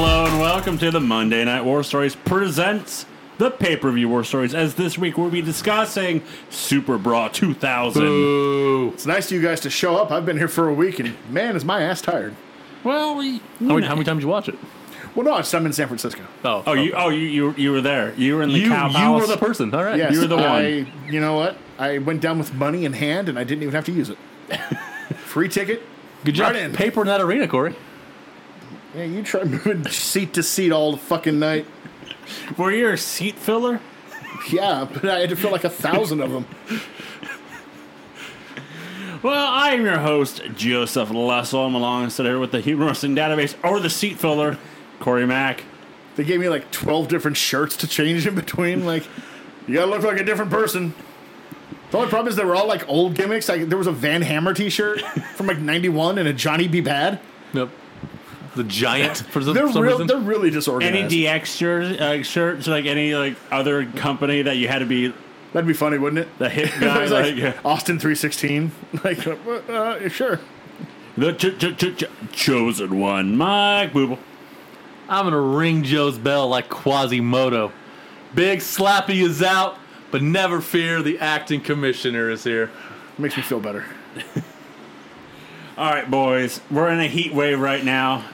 welcome to the Monday Night War Stories presents the pay per view War Stories. As this week we'll be discussing Super Bra 2000. It's nice of you guys to show up. I've been here for a week, and man, is my ass tired. Well, we, How many, how many times did you watch it? Well, no, I'm in San Francisco. Oh, Oh, you! Oh, you! You! You were there. You were in the you, cow you house. were the person. All right. Yes, You were the one. I, You know what? I went down with money in hand, and I didn't even have to use it. Free ticket. Good job. Right in. Paper in that arena, Corey. Yeah, you try moving seat to seat all the fucking night. were you a seat filler? Yeah, but I had to fill like a thousand of them. Well, I am your host, Joseph Lessel. I'm alongside here with the Humoristing Database or the Seat Filler, Corey Mack. They gave me like twelve different shirts to change in between. Like, you gotta look like a different person. The only problem is they were all like old gimmicks. Like there was a Van Hammer T-shirt from like '91 and a Johnny B. Bad. Nope. The giant for some, They're some real. reason. They're really Any disorganized. DX shirt, uh, shirts, like any like other company that you had to be That'd be funny, wouldn't it? the hip It guy, was like, like, Austin 316. Like, uh, uh, sure. the ch- ch- ch- ch- chosen one, Mike Booble. I'm gonna ring Joe's bell like Quasimodo. Big Slappy is out, but never fear, the acting commissioner is here. Makes me feel better. All right, boys, we're in a heat wave right now,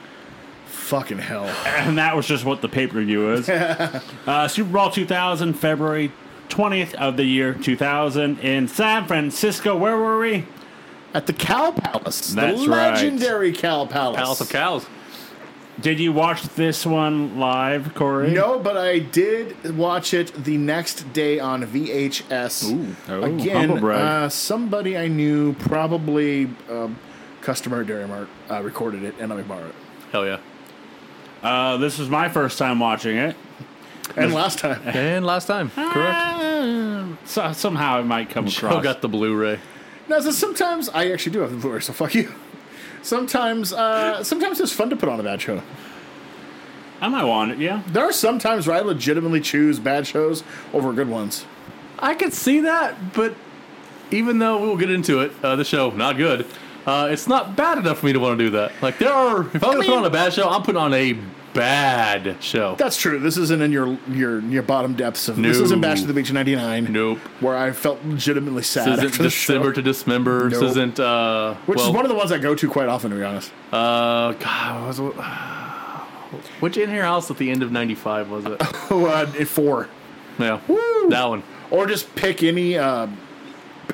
Fucking hell. and that was just what the pay per view is. uh, Super Bowl 2000, February 20th of the year 2000 in San Francisco. Where were we? At the Cow Palace. That's the right. legendary Cow Palace. Palace of Cows. Did you watch this one live, Corey? No, but I did watch it the next day on VHS. Ooh. Oh, Again, humble brag. uh, somebody I knew, probably um, customer at Dairy Mart, uh, recorded it and let me borrow it. Hell yeah. Uh, this was my first time watching it. And last time. And last time, correct? Ah. Uh, so, somehow it might come Joe across. got the Blu-ray. No, so sometimes I actually do have the Blu-ray, so fuck you. Sometimes, uh, sometimes it's fun to put on a bad show. I might want it, yeah. There are some times where I legitimately choose bad shows over good ones. I could see that, but even though we'll get into it, uh, the show not good. Uh, it's not bad enough for me to want to do that. Like there are, if I'm gonna put mean- on a bad show, I'm putting on a bad show. That's true. This isn't in your your your bottom depths of this No. isn't Bash to the Beach '99. Nope. where I felt legitimately sad This after isn't the December show, to Dismember. This Nope. isn't. Uh, which well, is one of the ones I go to quite often, to be honest. Uh, God, what was it? Which in here house at the end of '95 was it? Oh, uh, four, yeah, Woo! that one. or just pick any uh,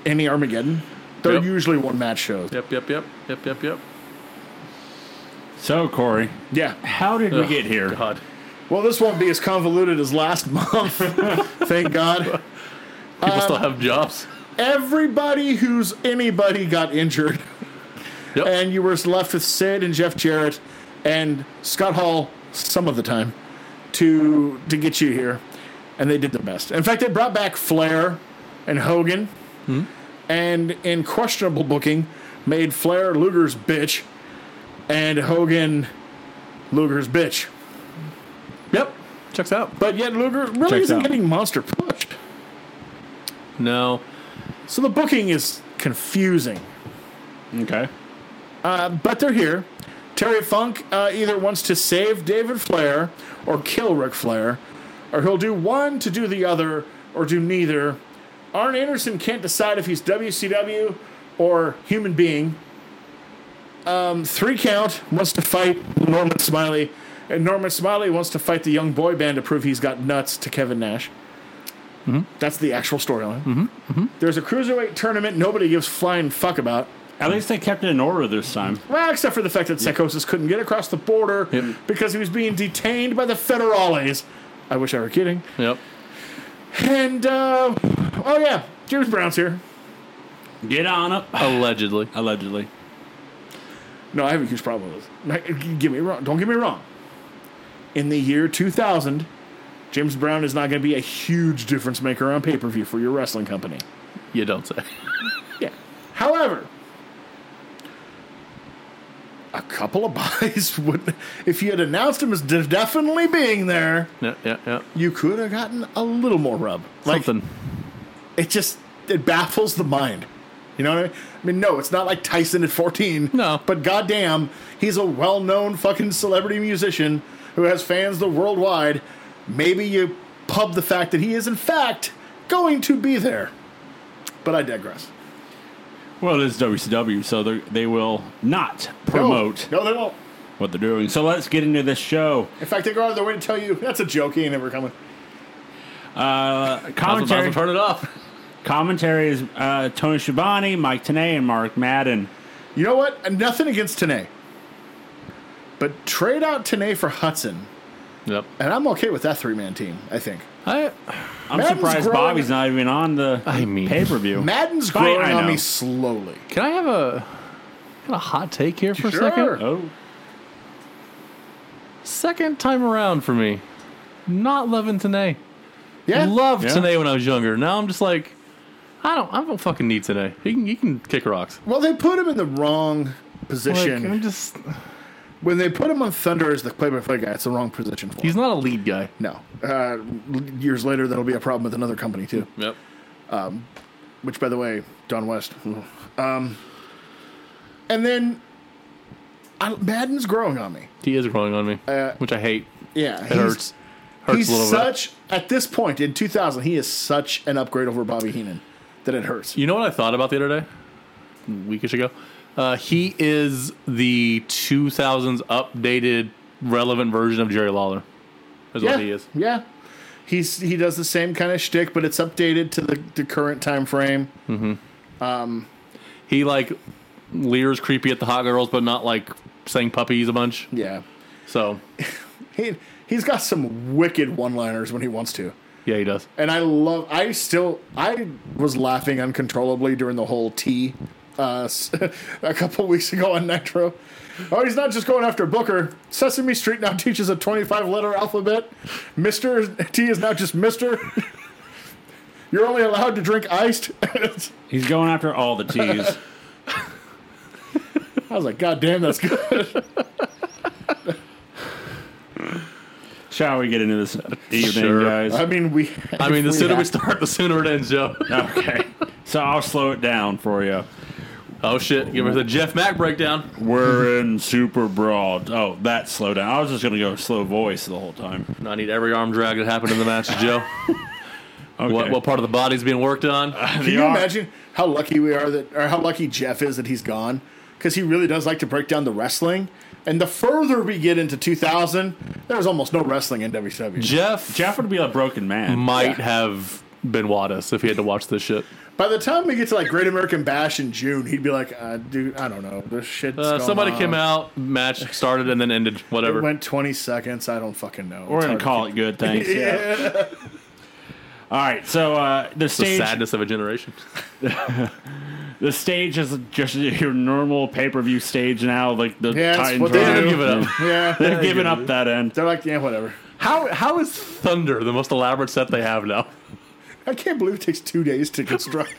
any Armageddon. They're Yep. usually one match shows. Yep, yep, yep, yep, yep, yep. So, Corey, Yeah. how did we Ugh, get here? God, Well, this won't be as convoluted as last month. Thank God. people Um, still have jobs. Everybody who's anybody got injured. Yep. and you were left with Sid and Jeff Jarrett and Scott Hall some of the time to to get you here, and they did their best. In fact, they brought back Flair and Hogan, Hmm? and in questionable booking, made Flair Luger's bitch, and Hogan Luger's bitch. yep, checks out. But yet Luger really Checks isn't out. getting monster pushed, No, so the booking is confusing. Okay. Uh, but they're here. Terry Funk uh, either wants to save David Flair or kill Ric Flair, or he'll do one to do the other or do neither. Arn Anderson can't decide if he's WCW or human being. Um, three count wants to fight Norman Smiley, and Norman Smiley wants to fight the young boy band to prove he's got nuts to Kevin Nash. That's the actual storyline. There's a cruiserweight tournament nobody gives flying fuck about. At least they kept it in order this time. Well, except for the fact that Psychosis couldn't get across the border Yep. because he was being detained by the federales. I wish I were kidding. yep. And, uh, oh yeah, James Brown's here. Get on up. Oh. Allegedly, Allegedly. No, I have a huge problem with this. Give me wrong. Don't get me wrong. In the year 2000, James Brown is not going to be a huge difference maker on pay per view for your wrestling company. you don't say. Yeah. However, a couple of buys would, if you had announced him as de- definitely being there, Yeah, yeah, yeah. you could have gotten a little more rub. Like Something. it just it baffles the mind. You know what I mean? I mean, no, it's not like Tyson at 14. No. But goddamn, he's a well known fucking celebrity musician who has fans the worldwide, maybe you pub the fact that he is, in fact, going to be there. But I digress. Well, it is WCW, so they're- they will not Oh. promote No, no, they won't. what they're doing. So let's get into this show. In fact, they go out of their way to tell you that's a joke. He ain't ever coming. Uh, Might as well- might commentary, as well turn it off. commentary is uh, Tony Schiavone, Mike Tanay, and Mark Madden. You know what? And Nothing against Tanay. But trade out Tanay for Hudson, Yep. and I'm okay with that three man team, I think. I, I'm Madden's surprised growing- Bobby's not even on the I mean- pay per view. Madden's Fine, growing I on know. me slowly. can I have a, kind of hot take here for a second? Sure. oh, Second time around for me. Not loving Tanae. Yeah. Loved Yeah. Tanae when I was younger. Now I'm just like, I don't, I don't fucking need Tanae. He can, he can kick rocks. well, they put him in the wrong Like, position. I'm just, when they put him on Thunder as the play by play guy, it's the wrong position for him. he's not a lead guy. No. Uh, years later, that'll be a problem with another company, too. Yep. Which, by the way, Don West. Um, and then I, Madden's growing on me. He is growing on me, which I hate. Yeah. It hurts. Hurts Uh, He's a little bit. such, at this point in 2000, he is such an upgrade over Bobby Heenan that it hurts. You know what I thought about the other day? A weekish ago. Uh, he is the 2000s updated relevant version of Jerry Lawler. Is yeah. what he is. Yeah. He's, he does the same kind of shtick, but it's updated to the, the current time frame. He like leers creepy at the hot girls, but not like saying puppies a bunch. Yeah. So He, he's got some wicked one liners when he wants to. yeah, he does. and I love. I still. I was laughing uncontrollably during the whole T. Uh, s- a couple weeks ago on Nitro. Oh, he's not just going after Booker. Sesame Street now teaches a 25 letter alphabet. Mister T is now just Mister. You're only allowed to drink iced. I he's going after all the tees. was like, God damn, that's good. Shall we get into this evening, Sure. I guys? mean, we. I mean, the we sooner we have- start, the sooner it ends, Joe. Okay. So I'll slow it down for you. oh shit! Give us a Jeff Mack breakdown. We're in super broad. Oh, that slow down. I was just gonna go slow voice the whole time. I need every arm drag that happened in the match, Joe. Okay. What what part of the body's being worked on? Can you imagine how lucky we are that, or how lucky Jeff is that he's gone? Because he really does like to break down the wrestling. And the further we get into 2000, there's almost no wrestling in E. WWE. Jeff Jeff would be a broken man. might Yeah. have been Wattis if he had to watch this shit. By the time we get to like Great American Bash in June, he'd be like, uh, "Dude, I don't know. This shit." Uh, somebody came out, match started, and then ended. Whatever. It went 20 seconds. I don't fucking know. We're gonna call it good, thanks. Yeah. All right. So uh, the the stage, sadness of a generation. the stage is just your normal pay per view stage now. Like the Yeah, that's Titans, what they are- do. Give it up. Yeah, They're giving up that end. they're like, "Yeah, whatever." How how is Thunder the most elaborate set they have now? I can't believe it takes two days to construct.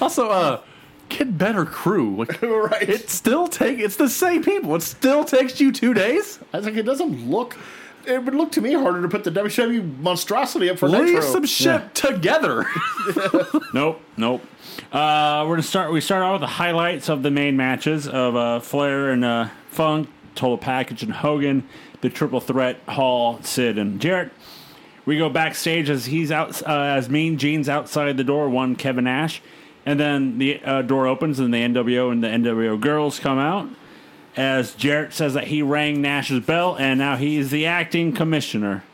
Also, uh, get better crew. Like, right? it still take it's the same people. It still takes you two days. I was like, it doesn't look. It would look to me harder to put the WWE monstrosity up for Nitro. Leave some shit together. Nope, nope. Uh, we're gonna start. We start out with the highlights of the main matches of uh, Flair and uh, Funk, Total Package and Hogan, the Triple Threat, Hall, Sid, and Jarrett. We go backstage as he's out uh, as Mean Gene's outside the door. One Kevin Nash, and then the uh, door opens and the NWO and the NWO girls come out. As Jarrett says that he rang Nash's bell and now he is the acting commissioner,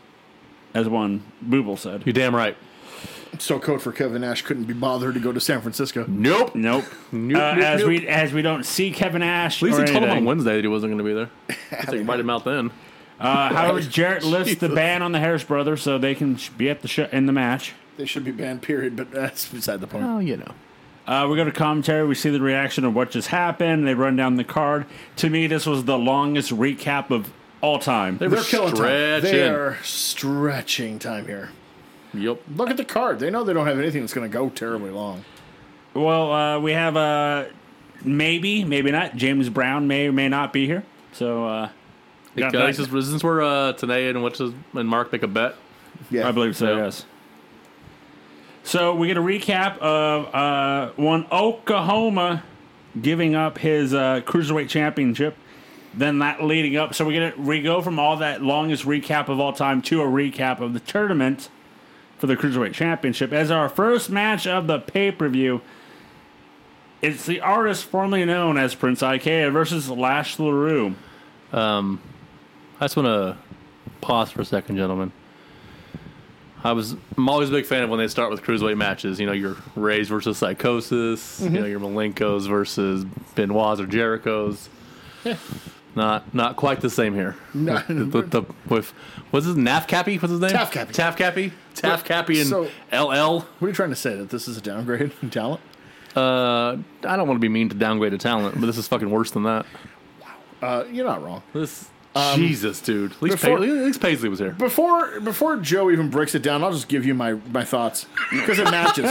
as one Booble said. You're damn right. So code for Kevin Nash couldn't be bothered to go to San Francisco. Nope. At Nope. Nope, Uh, nope, as nope. we as we don't see Kevin Ash. least or he told him on anything. Wednesday that he wasn't going to be there. I think he might him out then. Uh, however, Jarrett lifts the ban on the Harris brothers so they can sh- be at the sh- in the match. They should be banned, period. But that's beside the point. Oh, you know. Uh, we go to commentary. We see the reaction of what just happened. They run down the card. To me, this was the longest recap of all time. They They're were killing time. stretching. They are stretching time here. Yep. Look at the card. They know they don't have anything that's going to go terribly long. Well, uh, we have uh, maybe, maybe not. James Brown may or may not be here. So uh, got Guys, that- this is this where uh, today and what's his, and Mark make a bet? Yeah, I believe so. Yeah. Yes. So we get a recap of uh, one Oklahoma giving up his uh, cruiserweight championship Then that leading up, so we get it. We go from all that longest recap of all time to a recap of the tournament for the cruiserweight championship as our first match of the pay per view. It's the artist formerly known as Prince Ikea versus Lash LaRue. I just want to pause for a second, gentlemen. I was I'm always a big fan of when they start with cruiserweight matches. You know, your Rays versus Psychosis. Mm-hmm. You know, your Malenkos versus Benoit's or Jericho's. not not quite the same here. No. with, with the with what's his Naf Cappy? What's his name? Taff Cappy. Taff Cappy. Taff But- Cappy and so- LL. What are you trying to say? That this is a downgrade in talent? Uh, I don't want to be mean to downgrade a talent, but this is fucking worse than that. Uh, you're not wrong. This Jesus, dude. At least, before- Paisley, at least Paisley was here. Before before Joe even breaks it down, I'll just give you my, my thoughts because it matches.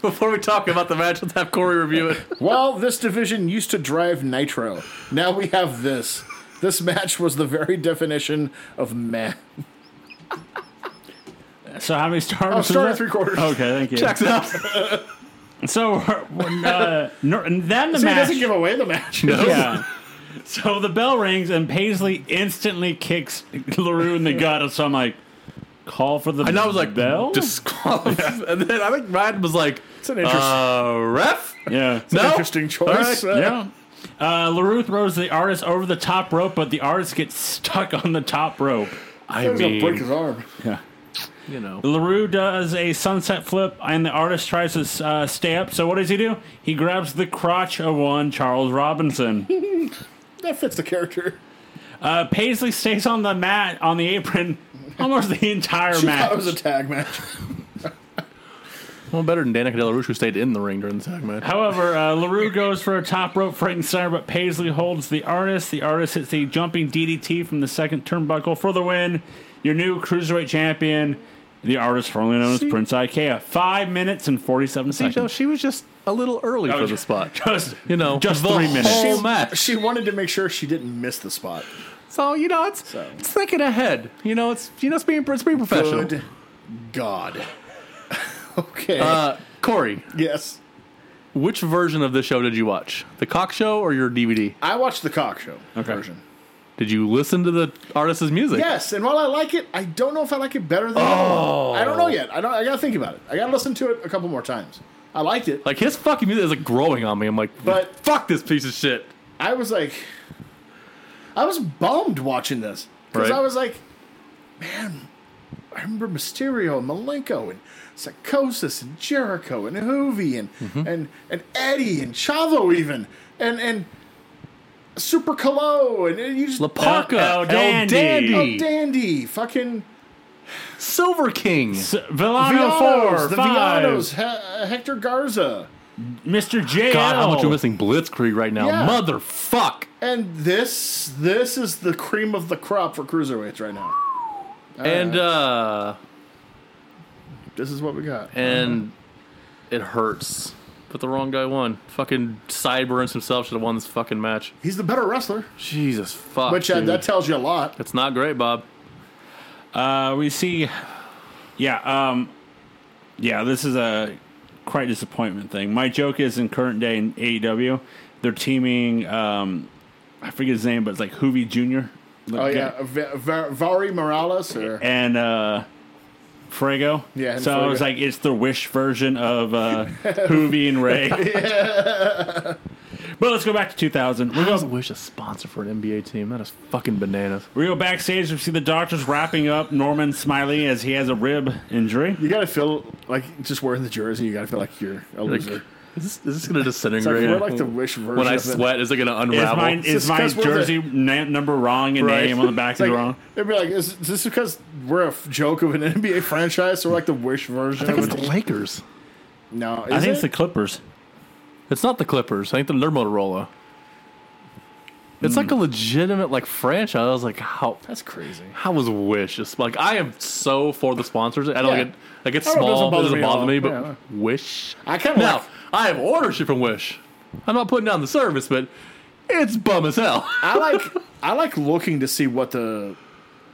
Before we talk about the match, let's have Corey review it. While this division used to drive Nitro, now we have this. This match was the very definition of meh. So how many stars? I'll was start at that? Oh, three quarters. Okay, thank you. Checks out. So uh, when, uh, nor- and then the See, it match. doesn't give away the match. yeah. So the bell rings and Paisley instantly kicks Larue in the gut. So I'm like, call for the And I was like, bell. disqualified. And then I think Ryan was like, It's an interest- uh, ref? yeah. No? interesting choice. All right. Yeah. Uh, LaRue throws the artist over the top rope, but the artist gets stuck on the top rope. I He was gonna break his mean, arm. you know. LaRue does a sunset flip, and the artist tries to uh, stay up. So what does he do? He grabs the crotch of one Charles Robinson. That fits the character. Uh, Paisley stays on the mat on the apron almost the entire She thought match. it was a tag match. Well, better than Danica Dela Rouge, who stayed in the ring during the tag match. However, uh, LaRue goes for a top rope Frankensteiner, but Paisley holds the artist. The artist hits a jumping DDT from the second turnbuckle for the win. Your new cruiserweight champion, the artist formerly known as See- Prince Ikea. Five minutes and 47 See, Joe, seconds. she was just a little early for the spot. Just, You know, just the three minutes. whole She- match. She wanted to make sure she didn't miss the spot. So, you know, it's, So- it's thinking ahead. You know, it's, you know, it's being, it's being professional. Good God. okay. Uh, Corey, yes. which version of the show did you watch? The Cock Show or your DVD? I watched the cock show Okay. version. Did you listen to the artist's music? Yes, and while I like it, I don't know if I like it better than the Oh, other one. I don't know yet. I don't. I gotta think about it. I gotta listen to it a couple more times. I liked it. Like his fucking music is like growing on me. I'm like, But- fuck this piece of shit. I was like, I was bummed watching this because Right. I was like, man, I remember Mysterio and Malenko and Psychosis and Jericho and Hoovy and Mm-hmm. and and Eddie and Chavo even and and Super Colo and, and you just La Parca, El El, Dandy. Dandy, oh, Dandy, fucking Silver King, S- Villano Vianos, 4, the 5, Vianos, He- uh, Hector Garza. Mr. JL. God, how much you're missing Blitzkrieg right now, Yeah. motherfuck. And this this is the cream of the crop for cruiserweights right now. and uh, This is what we got. and it hurts. But the wrong guy won. Fucking Cyburns himself should have won this fucking match. He's the better wrestler, Jesus fuck. which uh, Ah, dude. that tells you a lot. it's not great, Bob. Uh, we see, yeah, um, yeah, this is a quite disappointment thing. My joke is in current day in AEW, they're teaming, um, I forget his name, but it's like Hoovy Jr. Oh yeah, Va- Va- Vari Morales or And, uh, Frago. Yeah, and So it was Frago. like, it's the Wish version of, uh, Hoovy and Ray. But let's go back to 2000. We I go, just wish a sponsor for an NBA team. That is fucking bananas. we go backstage. We see the doctors wrapping up Norman Smiley as he has a rib injury. you gotta feel like just wearing the jersey. You gotta feel like you're a Like, loser. is this, is this gonna It's like, disintegrate? we're like the wish version. when I of it. sweat, is it gonna Is unravel? my, It's is my because we're the- jersey na- number wrong and Right. name on the back It's is like, wrong? They'd be like, is, is this because we're a f- joke of an NBA franchise? So we're like the wish version. I think Of it's the it? Lakers. No, I is think it? it's the Clippers. It's not the Clippers. I think the they're Motorola. It's like a Hmm. legitimate like franchise. I was like, how that's crazy. how was Wish? Just, like I am so for the sponsors. I don't Yeah. like it. Like it's I don't know, it doesn't small. bother It doesn't me bother at me, all. but Yeah, Wish. I kind of Now like, I have orders shit from Wish. I'm not putting down the service, but it's bum as hell. I like I like looking to see what the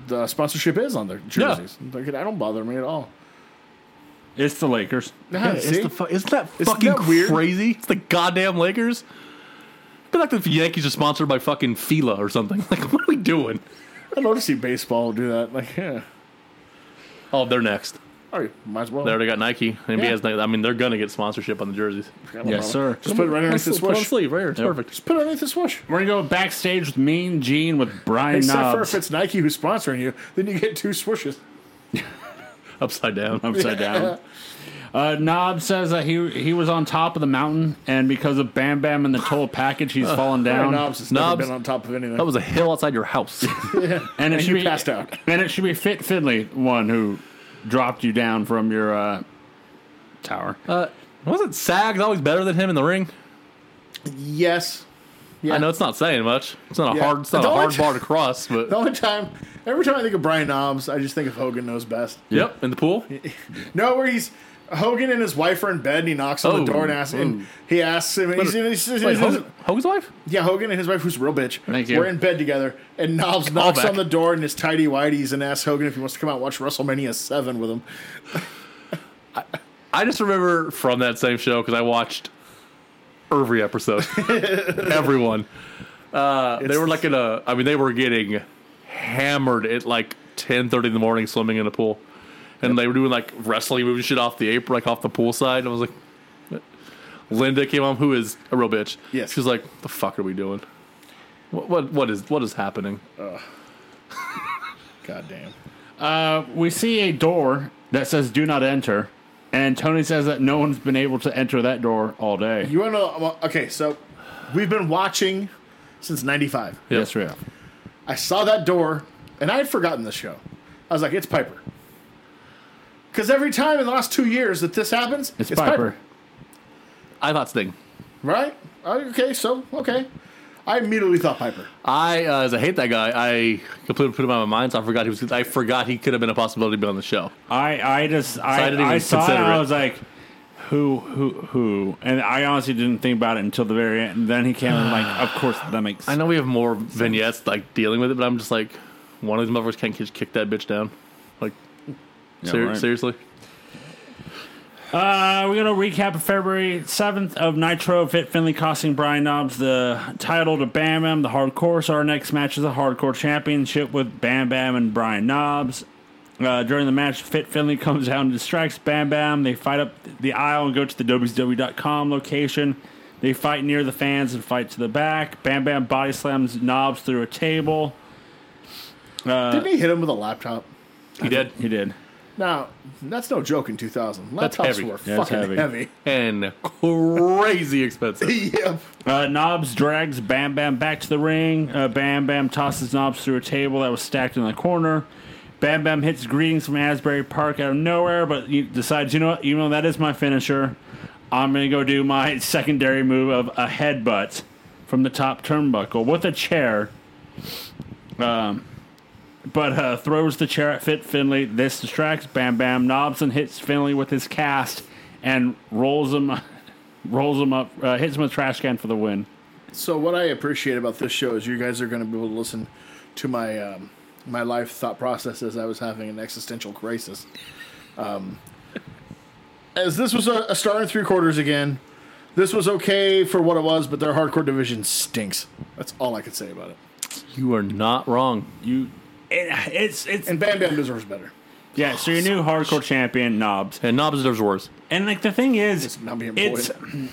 the sponsorship is on their jerseys. Like, that don't bother me at all. It's the Lakers. Yeah, it's see? the fu- isn't that Isn't fucking that weird? crazy? It's the goddamn Lakers. be like the Yankees are sponsored by fucking Fila or something. Like, what are we doing? I'd love to see baseball do that. Like, yeah. Oh, they're next. All right, might as well. They already got Nike. NBA Yeah. has Nike. I mean, they're gonna get sponsorship on the jerseys. Got no Yes, problem. sir. Just put it right underneath Nice the little pull-on swoosh. sleeve right here. It's perfect. Just put it underneath the swoosh. We're gonna go backstage with Mean Gene with Brian Except for Knobs if it's Nike who's sponsoring you, then you get two swooshes. Upside down. upside down. Uh, Knob says that he he was on top of the mountain, and because of Bam Bam and the total package, he's fallen Uh, Brian down. Knobs has Knobs. never been on top of anything. That was a hill outside your house. and it and should you be, passed out. And it should be Fit Finley, one who dropped you down from your uh, tower. uh, wasn't Sags always better than him in the ring? Yes. Yeah. I know it's not saying much. It's not a Yeah. hard. It's not a Don't- hard bar to cross. But The only time, every time I think of Brian Knobs, I just think of Hogan knows best. yep, in the pool. No, where he's Hogan and his wife are in bed, and he knocks on Oh, the door and asks, and he asks him, and he's, he's, he's, he's- Wait, Hogan, Hogan's wife? yeah, Hogan and his wife, who's a real bitch, Thank you. we're in bed together, and Knobs knocks back. on the door in his tidy whities and asks Hogan if he wants to come out and watch WrestleMania Seven with him. I just remember from that same show because I watched every episode, everyone. Uh, they were like in a. I mean, they were getting hammered at like ten thirty in the morning, swimming in a pool, and they were doing like wrestling moving shit off the apron, like off the pool side. And I was like, what? Linda came on, who is a real bitch. Yes. she was like, "The fuck are we doing? What what, what is what is happening?" God damn. Uh, we see a door that says "Do not enter," and Tony says that no one's been able to enter that door all day. You want to know? well, Okay, so we've been watching since '95. Yes, we have. I saw that door, and I had forgotten this show. I was like, it's Piper. Because every time in the last two years that this happens, It's, Piper. I thought Sting. Right? Uh, Okay, so, okay. I immediately thought Piper. I uh, as I hate that guy. I completely put him out of my mind. So I forgot he was. I forgot he could have been a possibility to be on the show. I I just I, didn't even I saw it. consider and I it. was like, who who who? And I honestly didn't think about it until the very end. And then he came and like, of course that makes. I know we have more vignettes like dealing with it, but I'm just like, one of these motherfuckers can't just kick that bitch down. Like, ser- right. seriously, Uh, we're gonna recap February seventh of Nitro. Fit Finley costing Brian Knobs the title to Bam Bam. The Hardcore. So our next match is a Hardcore Championship with Bam Bam and Brian Knobs. Uh, during the match, Fit Finley comes down and distracts Bam Bam. They fight up the aisle and go to the WCW.com location. They fight near the fans and fight to the back. Bam Bam body slams Knobs through a table. Uh, Didn't he hit him with a laptop? he did. He did. Now, that's no joke in 2000. Laptops heavy. were Yeah, it's fucking heavy. heavy. And crazy expensive. yep. Uh, Knobs drags Bam Bam back to the ring. Uh, Bam Bam tosses Knobs through a table that was stacked in the corner. Bam Bam hits greetings from Asbury Park out of nowhere, but he decides, you know what, even though that is my finisher, I'm going to go do my secondary move of a headbutt from the top turnbuckle with a chair. Um, but uh, throws the chair at Fit Finley. This distracts Bam Bam. Knobs and hits Finley with his cast and rolls him rolls him up, uh, hits him with a trash can for the win. So, what I appreciate about this show is you guys are going to be able to listen to my um, my life thought process as I was having an existential crisis. Um, as this was a, a star and three quarters again, this was okay for what it was, but their hardcore division stinks. That's all I could say about it. You are not wrong. You, it, it's it's And Bam Bam deserves better. yeah. So your new hardcore champion Knobs, And Knobs deserves worse. and like the thing is, It's not being it's employed.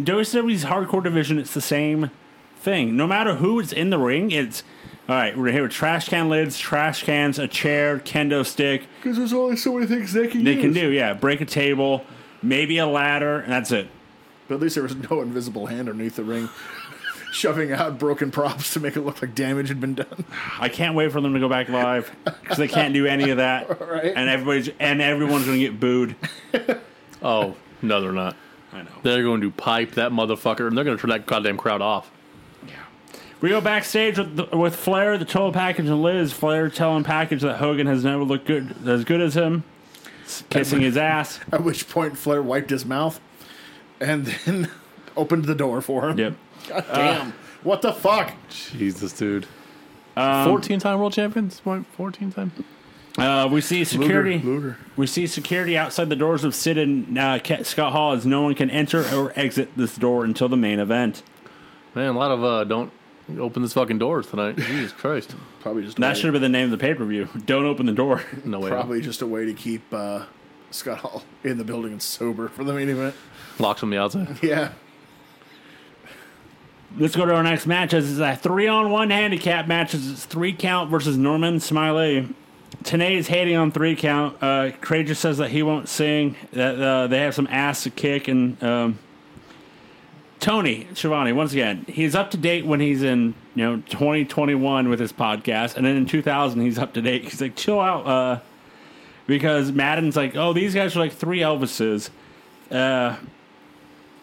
WWE's hardcore division. It's the same thing. No matter who is in the ring, it's all right. We're here with trash can lids, trash cans, a chair, kendo stick. Because there's only so many things they can They can do yeah. Break a table, maybe a ladder, and that's it. But at least there was no invisible hand underneath the ring shoving out broken props to make it look like damage had been done. I can't wait for them to go back live because they can't do any of that, Right. and everybody's and everyone's gonna get booed. Oh no, they're not. I know. They're going to pipe that motherfucker, and they're going to turn that goddamn crowd off. We go backstage with, the, with Flair, the total package, and Liz. Flair telling Package that Hogan has never looked good as good as him, s- kissing his ass. At which point, Flair wiped his mouth and then opened the door for him. Yep. God damn. what the fuck? Jesus, dude. Fourteen-time world champions. Fourteen-time. Uh, we see security. Luger. We see security outside the doors of Sid and uh, Ca- Scott Hall, as no one can enter or exit this door until the main event. Man, a lot of uh, don't open this fucking doors tonight. Jesus Christ. Probably just a That way- should have been the name of the pay per view. Don't open the door. No way. probably just a way to keep uh, Scott Hall in the building and sober for the main event. Locks from the outside. Yeah. Let's go to our next match. This is a three on one handicap match. This is three count versus Norman Smiley. Tanay is hating on three count. Uh, Craig just says that he won't sing, that uh, they have some ass to kick. And um, Tony Schiavone, once again, he's up to date when he's in you know 2021 with his podcast. And then in 2000, he's up to date. He's like, chill out. Uh, because Madden's like, oh, these guys are like three Elvises. Uh,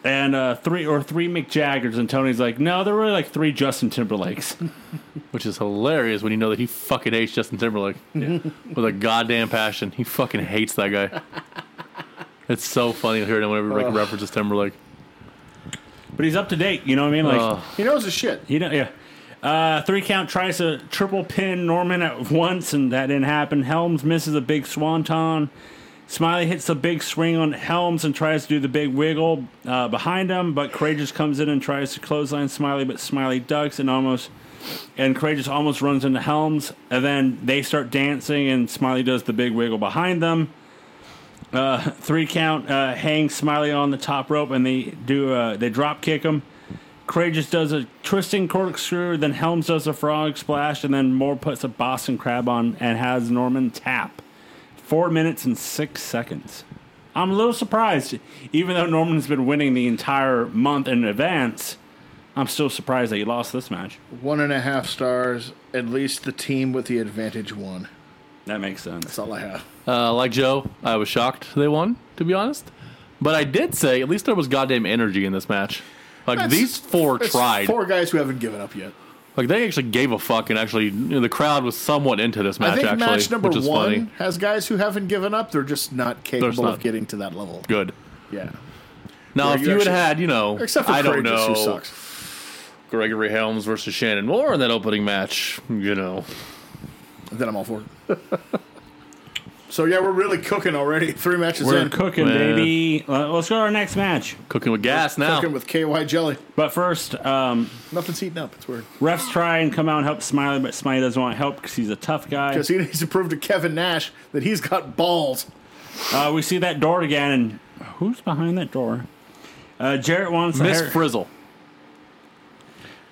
and uh, three or three Mick Jaggers, and Tony's like, no, they're really like three Justin Timberlakes. Which is hilarious when you know that he fucking hates Justin Timberlake. With a goddamn passion. He fucking hates that guy. it's so funny to hear him whenever Rick references Timberlake. but he's up to date, you know what I mean? Like, Ugh. He knows his shit. he don't, yeah. Uh, three count tries to triple pin Norman at once, and that didn't happen. Helms misses a big swanton. Smiley hits the big swing on Helms and tries to do the big wiggle uh, behind him, but Courageous comes in and tries to clothesline Smiley, but Smiley ducks and almost and Courageous almost runs into Helms, and then they start dancing, and Smiley does the big wiggle behind them. Uh, three count uh, hangs Smiley on the top rope, and they do uh, they drop kick him. Courageous does a twisting corkscrew, then Helms does a frog splash, and then Moore puts a Boston crab on and has Norman tap. Four minutes and six seconds. I'm a little surprised, even though Norman's been winning the entire month in advance. I'm still surprised that he lost this match. One and a half stars. At least the team with the advantage won. That makes sense. That's all I have. Uh, like Joe, I was shocked they won, to be honest. But I did say at least there was goddamn energy in this match. Like That's- these four It's tried. Four guys who haven't given up yet. Like they actually gave a fuck and actually you know, the crowd was somewhat into this I match think actually, match number which one is funny. has guys who haven't given up. They're just not capable not. of getting to that level. Good. Yeah. Now Where if you you had actually- had, you know, Except for I don't Courageous, know, who sucks. Gregory Helms versus Shannon Moore in that opening match, you know. Then I'm all for it. so yeah, we're really cooking already. Three matches We're in. cooking, Man. baby. Uh, Let's go to our next match. Cooking with gas now. Cooking with KY jelly. But first, um, Nothing's heating up. It's weird. refs try and come out and help Smiley, but Smiley doesn't want help because he's a tough guy. Because he needs to prove to Kevin Nash that he's got balls. Uh, we see that door again, and who's behind that door? Uh, Jarrett wants the Miss Har- Frizzle.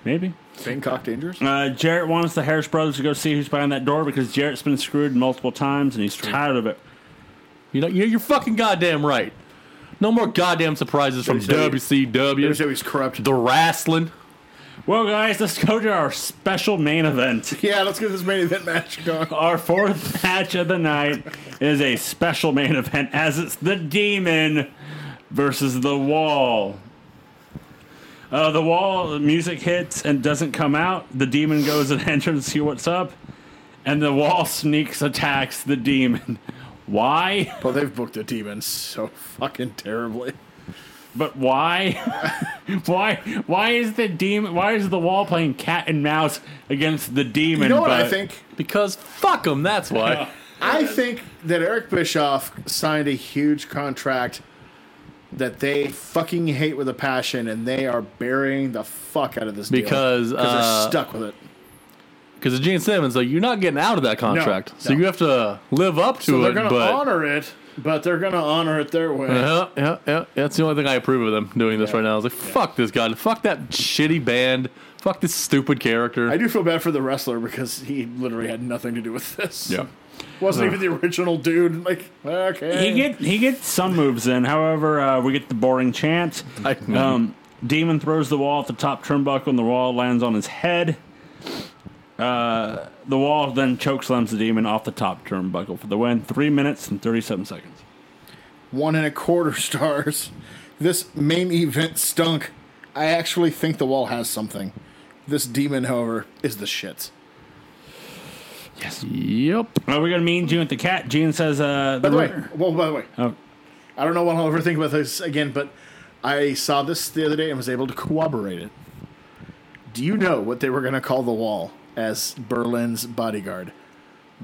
maybe. Bangkok Dangerous. Uh, Jarrett wants the Harris brothers to go see who's behind that door because Jarrett's been screwed multiple times and he's tired of it. You know, you're, you're fucking goddamn right. No more goddamn surprises from WCW. WCW. WCW is corrupt. The wrestling. Well, guys, let's go to our special main event. Yeah, let's get this main event match going. Our fourth match of the night is a special main event as it's the Demon versus the Wall. Uh, the Wall music hits and doesn't come out. The Demon goes and enters to see what's up, and the Wall sneaks attacks the Demon. Why? Well, they've booked a demon so fucking terribly. But why? why? Why is the demon? Why is the wall playing cat and mouse against the demon? You know what I but- think? Because fuck them, that's why. I think that Eric Bischoff signed a huge contract that they fucking hate with a passion, and they are burying the fuck out of this deal. Because, uh, they're stuck with it. Because Gene Simmons, like, you're not getting out of that contract. so no. you have to live up to So they're it. going to but Uh-huh. honor it, but they're going to honor it their way. Yeah, yeah, yeah. That's the only thing I approve of them doing this right now. I was like, fuck this guy. Fuck that shitty band. Fuck this stupid character. I do feel bad for the wrestler because he literally had nothing to do with this. yeah. Uh-huh. Wasn't even the original dude. Like, okay. He get he gets some moves in. However, uh, we get the boring chant. I, Um, Demon throws the wall at the top turnbuckle, and the wall lands on his head. Uh, the wall then chokeslams the demon off the top turnbuckle for the win. Three minutes and thirty-seven seconds. one and a quarter stars. This main event stunk. I actually think the wall has something. This demon, however, is the shit. yep. Uh, we're gonna mean Gene with the cat. Gene says, uh, By the way, well, by the way, Oh. I don't know what I'll ever think about this again, but I saw this the other day and was able to corroborate it. Do you know what they were going to call the wall as Berlin's bodyguard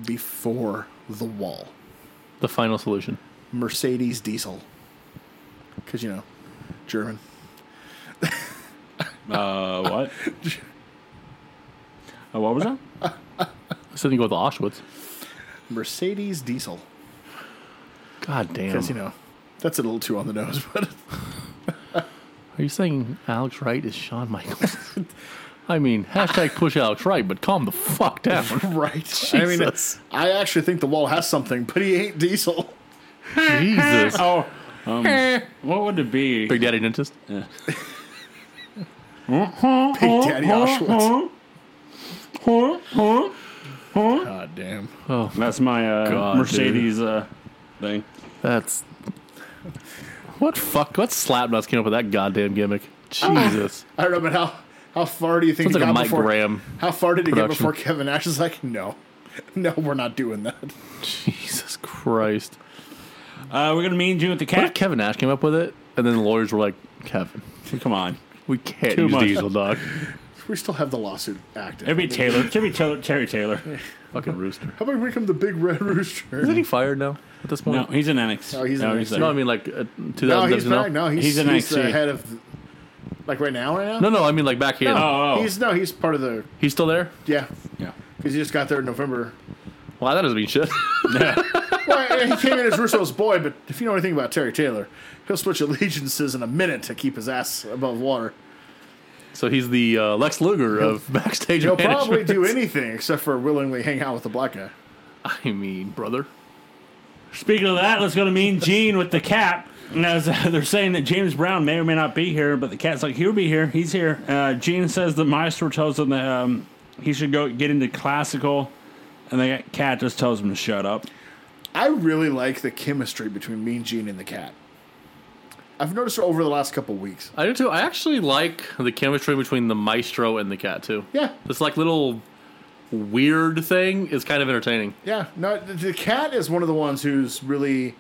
before the wall? The final solution. Mercedes Diesel. Because, you know, German. Uh, what? Uh, what was that? So then you go with Auschwitz. Mercedes Diesel. God damn. Because, you know, that's a little too on the nose, but Are you saying Alex Wright is Shawn Michaels? I mean, hashtag push Alex Wright, but calm the fuck down. right. Jesus. I mean, I actually think the wall has something, but he ain't Diesel. Jesus. Oh, um, what would it be? Big Daddy Dentist. Big Daddy Auschwitz. God damn. That's my uh, God, Mercedes uh, thing. That's. What fuck? What slap nuts came up with that goddamn gimmick? Jesus. I don't know, but how how far do you think Sounds he like a got Mike before? Graham. How far did he get production. before Kevin Nash is like, no, no, we're not doing that. Jesus Christ. Uh, we're gonna mean you with the What if cat. Kevin Nash came up with it? And then the lawyers were like, Kevin, Come on, we can't Too use much. Diesel, dog. We still have the lawsuit active. it'd be Taylor. It'd be Taylor, Terry Taylor. Fucking rooster. how about we make him the big red Isn't rooster? he fired now at this No, point? he's an annex. No, he's an annex. there. No, I mean, like, uh, 2000 No, he's now? back. No, he's, He's he's, an the NXT. head of, like right now, right now. No, no, I mean, like, back here. oh, oh. he's no, he's part of the He's still there? yeah, yeah. because he just got there in November. Well, that doesn't mean shit. well, he came in as Russo's boy, but if you know anything about Terry Taylor, he'll switch allegiances in a minute to keep his ass above water. So he's the uh, Lex Luger of backstage He'll management. probably do anything except for willingly hang out with the black guy. I mean, brother. Speaking of that, let's go to Mean Gene with the cat. And as uh, they're saying that James Brown may or may not be here, but the cat's like, he'll be here. He's here. Uh, Gene says that Maestro tells him that um, he should go get into classical, and the cat just tells him to shut up. I really like the chemistry between Mean Gene and the cat. I've noticed it over the last couple weeks. I do too. I actually like the chemistry between the maestro and the cat too. Yeah. This like little weird thing is kind of entertaining. Yeah, no, the, the cat is one of the ones who's really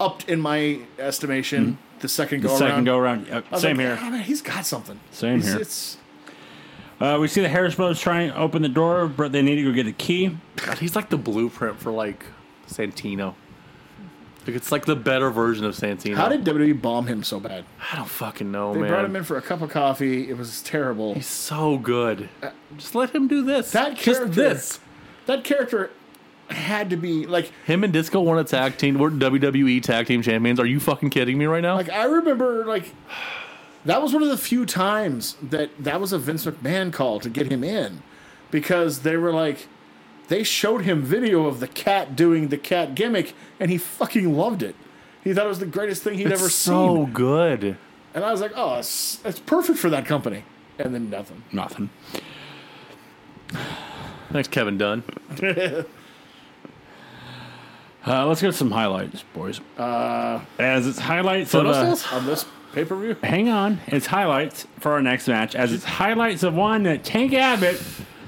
upped in my estimation. The second go Mm-hmm. Second around. go around. Yep, I was same like, here. "Ah, man, he's got something. Same He's- here. It's, "Ah." Uh, we see the Harris brothers trying to open the door, but they need to go get a key. God, he's like the blueprint for like Santino. Like it's like the better version of Santino. how did WWE bomb him so bad? I don't fucking know, They man. brought him in for a cup of coffee. It was terrible. He's so good. Just let him do this. Uh, that Just character- this. that character had to be like Him and Disco won a tag team. We're WWE tag team champions. Are you fucking kidding me right now? Like I remember, like that was one of the few times that that was a Vince McMahon call to get him in, because they were like, they showed him video of the cat doing the cat gimmick, and he fucking loved it. He thought it was the greatest thing he'd it's ever so seen, good. and I was like, oh, it's, it's perfect for that company. And then nothing. Nothing. Thanks, Kevin Dunn. Uh, let's get some highlights, boys. Uh, as it's highlights of uh, Photocells on this pay per view. hang on, it's highlights for our next match. As it's highlights of one that Tank Abbott,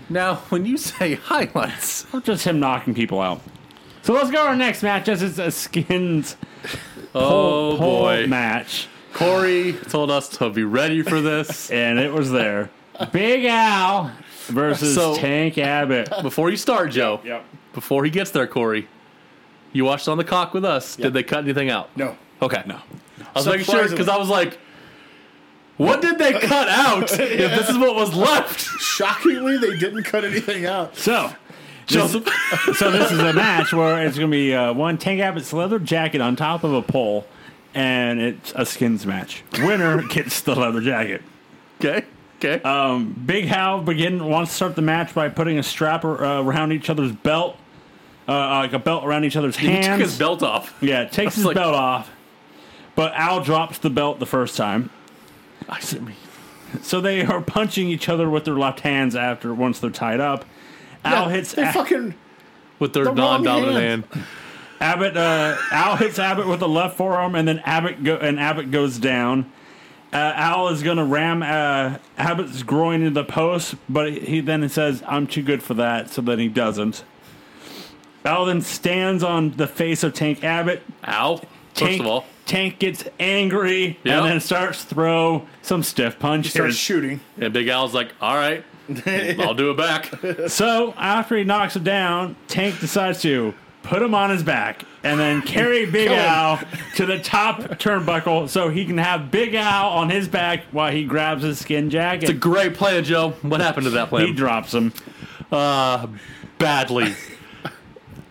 Now, when you say highlights, just him knocking people out. So let's go to our next match. As it's a skins oh pole boy, match, Corey told us to be ready for this. and it was there. Big Al versus So- Tank Abbott. before you start, Joe. Yep. Before he gets there, Corey, you watched on the cock with us. Did they cut anything out? No, Okay. No. I was making sure because Surprisingly. I was like, what did they cut out? If this is what was left, shockingly, they didn't cut anything out. So. This, Joseph. so this is a match where it's going to be uh, one Tank Abbott's leather jacket on top of a pole, and it's a skins match. Winner gets the leather jacket. okay. Okay. Big Hal begin wants to start the match by putting a strap ar- uh, around each other's belt, uh, uh, like a belt around each other's he hands. took his belt off. Yeah, takes his like- belt off, but Al drops the belt the first time, I see me. so they are punching each other with their left hands after once they're tied up. Al Yeah, hits They A- fucking. With their The wrong non-dominant hand. hand. Abbott. Uh, Al hits Abbott with the left forearm, and then Abbott go- and Abbott goes down. Uh, Al is gonna ram uh, Abbott's groin into the post, but he then says, "I'm too good for that," so then he doesn't. Al then stands on the face of Tank Abbott. Ow. Tank, First of all, Tank gets angry Yeah. and then starts to throw some stiff punches. Start shooting. and Big Al's like, all right, I'll do it back. So after he knocks him down, Tank decides to put him on his back, and then carry Big Al to the top turnbuckle so he can have Big Al on his back while he grabs his skin It's a jacket. great plan, Joe. What happened to that He plan? drops him. Uh, badly.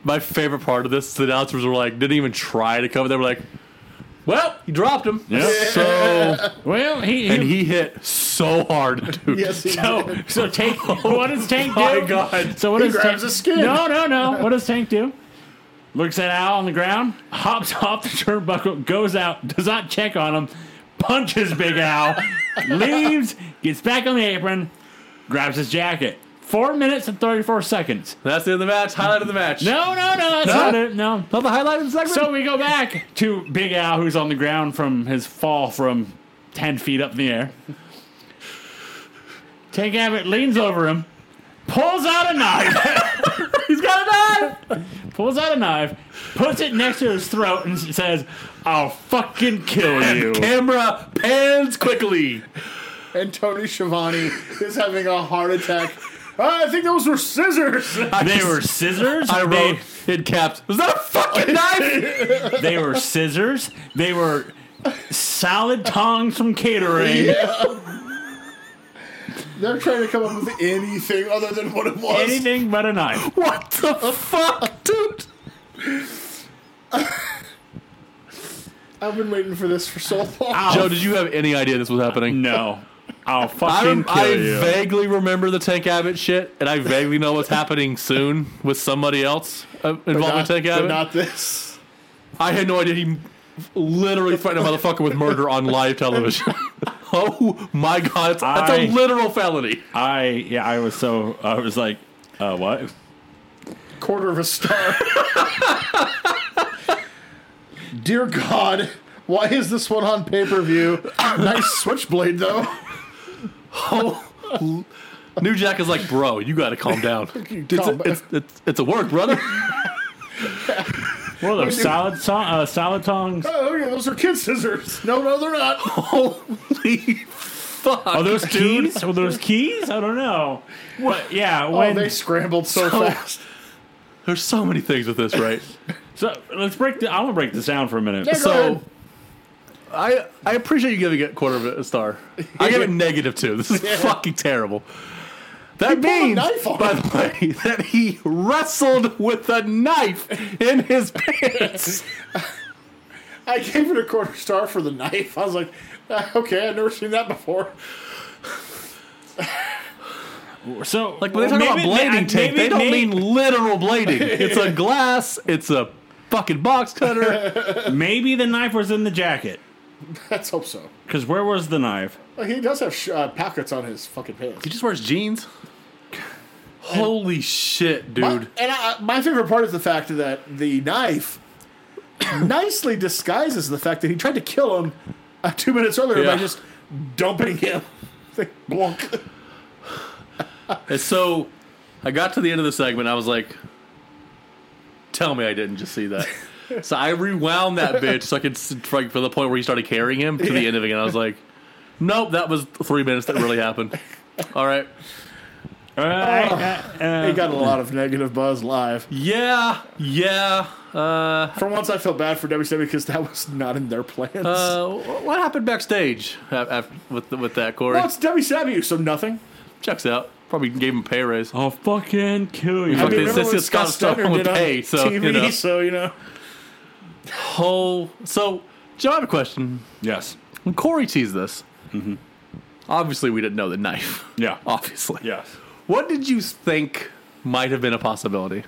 My favorite part of this, the announcers were like, didn't even try to cover. They were like, well, you dropped him. Yep. So, Well, he, and he hit so hard, dude. Yes, he did. so, so Tank. What does Tank do? Oh my God. So what He does grabs Tank, his skin. No, no, no. What does Tank do? Looks at Al on the ground, hops off the turnbuckle, goes out, does not check on him, punches Big Al, leaves, gets back on the apron, grabs his jacket. Four minutes and thirty-four seconds. That's the end of the match. Highlight of the match. No, no, no. That's No? not it. No. Not the highlight of the segment. So we go back to Big Al, who's on the ground from his fall from 10 feet up in the air. Tank Abbott leans over him, pulls out a knife, he's got a knife. pulls out a knife, puts it next to his throat, and s- says, I'll fucking kill you. Camera pans quickly. And Tony Schiavone is having a heart attack. Ah, I think those were scissors. They were scissors. I they, wrote in caps. Was that a fucking knife? they were scissors. They were salad tongs from catering. They're trying to come up with anything other than what it was. Anything but a knife. what the fuck, dude? I've been waiting for this for so long. Ow. Joe, did you have any idea this was happening? No. I'll I, fucking kill I you. vaguely remember the Tank Abbott shit, and I vaguely know what's happening soon with somebody else uh, But involving not, Tank but Abbott. not this. I had no idea he literally threatened a motherfucker with murder on live television. oh my god, it's, that's I- a literal felony. I yeah, I was so I was like, uh, what? Quarter of a star. Dear God, why is this one on pay per view? Nice switchblade, though. New Jack is like, bro, you gotta calm down. it's, calm a, it's, it's, it's a work, brother. Well, those salad song, uh, salad tongs. Oh, yeah, those are kid scissors. No, no, they're Oh, not. Holy fuck. Are those dude. keys? Are those keys? I don't know. What? Yeah. Oh, When? they scrambled so, So- fast. There's so many things with this, right? so let's break. The, I'm gonna break this down for a minute. Yeah. so ahead. I I appreciate you giving it a quarter of a star. I give it negative two. This is fucking terrible. That pulled a means, knife on by him. the way, that he wrestled with a knife in his pants. I gave it a quarter star for the knife. I was like, ah, okay, I've never seen that before. So Like when they talk about blading tape, they don't mean literal blading. It's a glass. It's a fucking box cutter. mean. Maybe the knife was in the jacket. Let's hope so. Because where was the knife? Like, he does have sh- uh, pockets on his fucking pants. he just wears jeans. Holy shit, dude! My- and I, my favorite part is the fact that the knife nicely disguises the fact that he tried to kill him uh, two minutes earlier Yeah. by just dumping him. Like, blunk. And so I got to the end of the segment. I was like, tell me I didn't just see that. so I rewound that bitch so I could, s- like, for the point where he started carrying him to the end of it. And I was like, nope, that was three minutes that really happened. All right. Uh, Oh. I- I- uh, He got a lot of negative buzz live. Yeah. Yeah. Uh, For once, I felt bad for WWE because that was not in their plans. uh, wh- what happened backstage a- af with, with that, Corey? well, it's WCW, so nothing. Checks out. Probably gave him a pay raise. I'll fucking kill you. I mean, Remember this- this what is Scott Steiner Steiner with did on pay, so, you TV, know. so you know. Oh, so, Joe, I have a question. yes. When Corey teased this, Mm-hmm. obviously we didn't know the knife. Yeah. Obviously. Yes. What did you think might have been a possibility?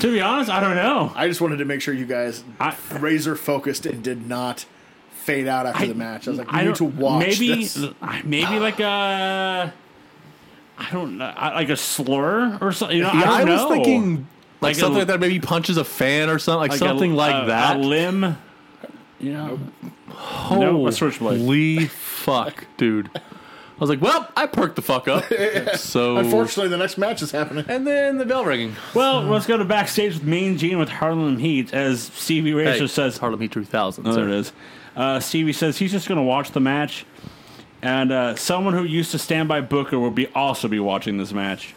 To be honest, I don't know. I just wanted to make sure you guys I- razor focused and did not fade out after the match. I was like, you need to don't- watch Maybe, this. I- maybe like a, I don't know, I- like a slur or something. You know, I, don't was know. thinking like, Like a- something like that. Maybe he punches a fan or something like, a- something like a- that. A limb. You know, no, a switchblade. Holy fuck, dude! I was like, well, I perked the fuck up. So Unfortunately, the next match is happening. and then the bell ringing. Well, let's go to backstage with Mean Gene with Harlem Heat as Stevie Ray just says. Harlem Heat 3000. Oh, sir. there it is. Uh, Stevie says he's just going to watch the match, and uh, someone who used to stand by Booker will be also be watching this match.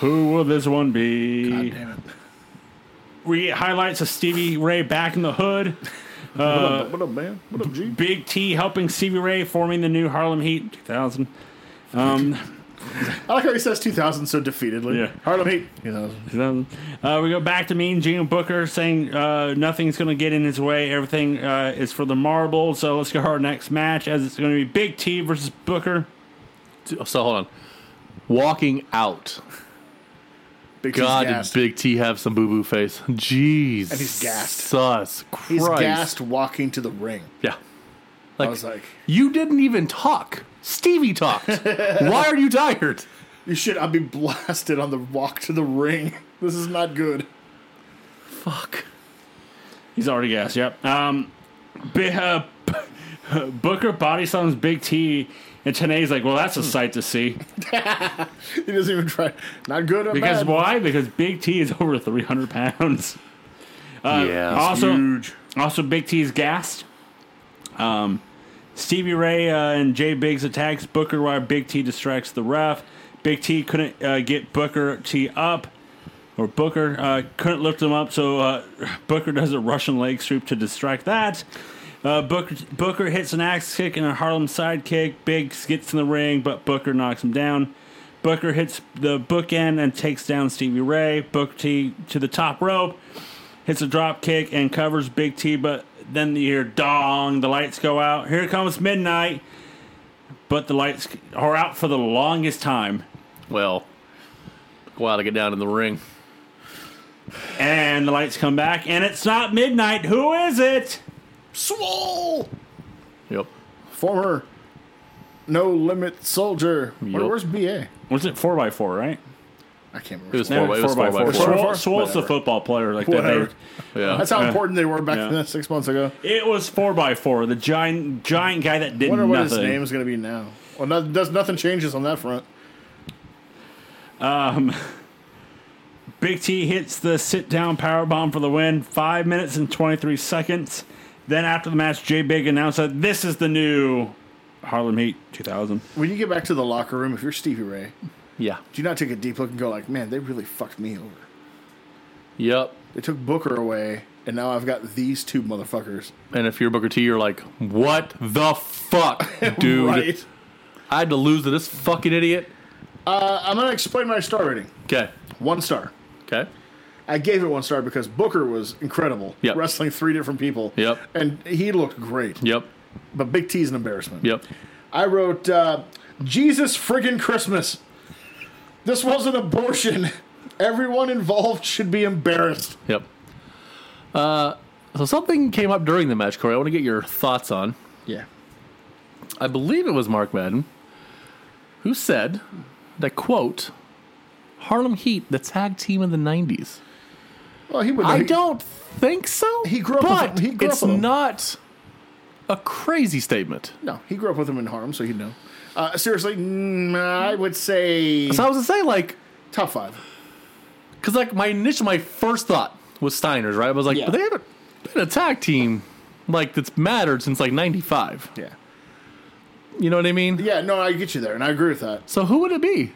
Who will this one be? God damn it. We get highlights of Stevie Ray back in the hood. what, up, what up, man? What up, G? Big T helping Stevie Ray forming the new Harlem Heat 2000. Um, I like how he says 2000 so defeatedly. Yeah. Harlem Heat. 2000. Uh, we go back to Mean Gene Booker saying uh, nothing's going to get in his way. Everything uh, is for the marble. So let's go to our next match as it's going to be Big T versus Booker. So hold on. Walking out. Big T's God, gassed. did Big T have some boo boo face? Jeez. And he's gassed. Sus Christ. He's gassed walking to the ring. Yeah. I Like, was like, you didn't even talk. Stevie talked. Why are you tired? you should. I'd be blasted on the walk to the ring. This is not good. Fuck. He's already gassed. Yep. Um, Bi- uh, Booker body slams Big T, and Tanae's like, "Well, that's a sight to see." He doesn't even try. Not good. Or Because bad. why? Because Big T is over 300 pounds. Uh, Yeah. Also, also Big T's gassed. Um, Stevie Ray uh, and Jay Biggs attacks Booker while Big T distracts the ref. Big T couldn't uh, get Booker T up, or Booker uh, couldn't lift him up, so uh, Booker does a Russian leg sweep to distract that. Uh, Booker, Booker hits an axe kick and a Harlem sidekick. Biggs gets in the ring, but Booker knocks him down. Booker hits the bookend and takes down Stevie Ray. Booker T to the top rope hits a drop kick and covers Big T, but then you hear dong, the lights go out. Here comes midnight, but the lights are out for the longest time. Well, go out and get down in the ring. And the lights come back, and it's not midnight. Who is it? Swole. Yep. Former no limit soldier. Where- Yup. where's BA? Was it 4x4, right? I can't remember. It was four by, it was four by Swole- four. Four by four? Swole's the Whatever. football player. Like Whatever. that. Yeah. That's how important they were back Yeah. then, six months ago. It was 4x4, the giant giant guy that did I wonder nothing. what his name is going to be now. Well, no, does nothing changes on that front. Big T hits the sit down power bomb for the win. Five minutes and twenty three seconds. Then after the match, Jay Big announced that this is the new Harlem Heat 2000. When you get back to the locker room, if you're Stevie Ray, yeah. do you not take a deep look and go like, "Man, they really fucked me over. Yep. They took Booker away, and now I've got these two motherfuckers." And if you're Booker T, you're like, what the fuck, dude? Right. I had to lose to this fucking idiot. Uh, I'm going to explain my star rating. Okay. One star. Okay. I gave it one star because Booker was incredible, Yep. wrestling three different people. Yep. And he looked great. Yep. But Big T's an embarrassment. Yep. I wrote uh, Jesus friggin' Christmas. This was an abortion. Everyone involved should be embarrassed. Yep. Uh, so something came up during the match, Corey. I want to get your thoughts on. Yeah. I believe it was Mark Madden who said that quote Harlem Heat, the tag team in the '90s. Well, he would. I he- don't think so. He grew up with but them. He grew up it's with them. not a crazy statement. No, he grew up with him in Harlem, so he'd know. Uh, seriously, mm, I would say So I was gonna say like, top five. because like my initial, my first thought was Steiner's, right? I was like, Yeah. but they haven't been a tag team like that's mattered since like '95. Yeah. You know what I mean? Yeah. No, I get you there, and I agree with that. So who would it be?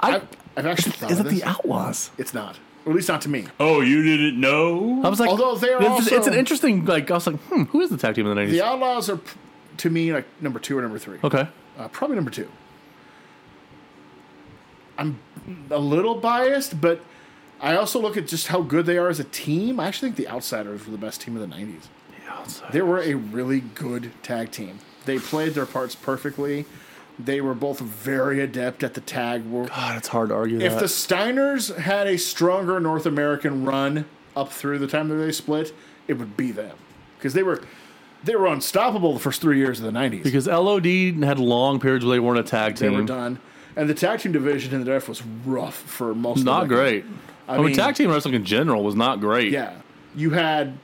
I, I've, I've actually thought is of it this. the Outlaws? it's not, or at least not to me. Oh, you didn't know? I was like, Although they are it's, it's also- an interesting like I was like, hmm, who is the tag team in the nineties? The Outlaws are, p- to me, like number two or number three. Okay, Uh, probably number two. I'm a little biased, but I also look at just how good they are as a team. I actually think the Outsiders were the best team of the 90s. They were a really good tag team. They played their parts perfectly. They were both very adept at the tag work. God, it's hard to argue If that. the Steiners had a stronger North American run up through the time that they split, it would be them because they were they were unstoppable the first three years of the 90s. because LOD had long periods where they weren't a tag they team. were done. And the tag team division in the draft was rough for most. of the Not decade. great. I, mean, mean- tag team wrestling in general was not great. Yeah, you had,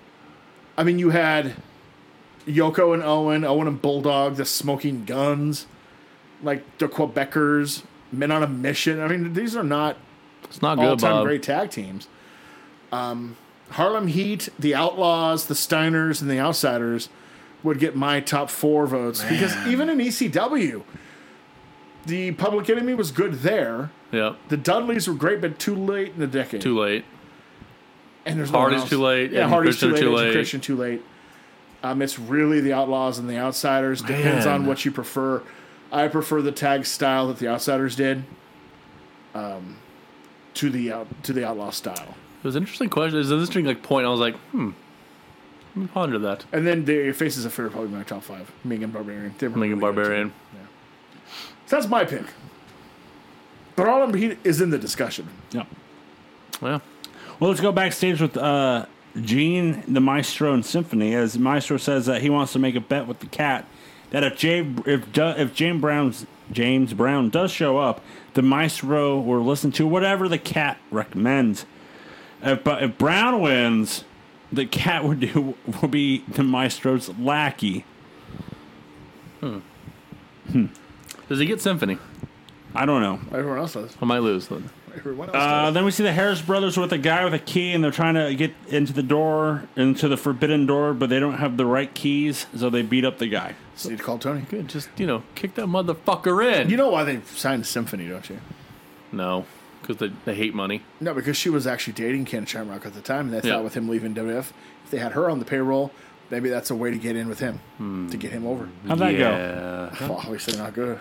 I mean, you had Yoko and Owen, Owen and Bulldog, the Smoking Guns, like the Quebecers, Men on a Mission. I mean, these are not it's not all good, time Bob. great tag teams. Um, Harlem Heat, the Outlaws, the Steiners, and the Outsiders would get my top four votes because even in ECW, E the Public Enemy was good there. Yep. The Dudleys were great, but too late in the decade. Too late. and there's no one Hardy's else. too late, Yeah, and Hardy's too Christian late, too and late. Christian too late. Um, it's really the Outlaws and the Outsiders. Depends Man. on what you prefer. I prefer the tag style that the Outsiders did. Um, to the out to the Outlaw style. It was an interesting question. It was an interesting like point. I was like, hmm. Let me ponder that. And then the Faces of Fear are probably my top five. Megan Barbarian. They were Lincoln really good, too. Barbarian. So that's my pick. But all Heat is in the discussion. Yeah. Yeah. Well, let's go backstage with uh, Gene, the Maestro, and Symphony. As Maestro says that he wants to make a bet with the cat that if Jay, if Do- if James Brown's James Brown does show up, the Maestro will listen to whatever the cat recommends. If, but if Brown wins, the cat would do will be the Maestro's lackey. Does he get symphony? I don't know. Everyone else does. I might lose then. Everyone else Uh, does. then we see the Harris brothers with a guy with a key, and they're trying to get into the door, into the forbidden door, but they don't have the right keys, so they beat up the guy. So you need to call Tony. Good. Just you know, kick that motherfucker in. You know why they signed Symphony, don't you? no, because they, they hate money. No, because she was actually dating Ken Shamrock at the time, and they Yeah. thought with him leaving WF, if they had her on the payroll, maybe that's a way to get in with him Hmm. to get him over. How'd that go? yeah. Well, obviously not good.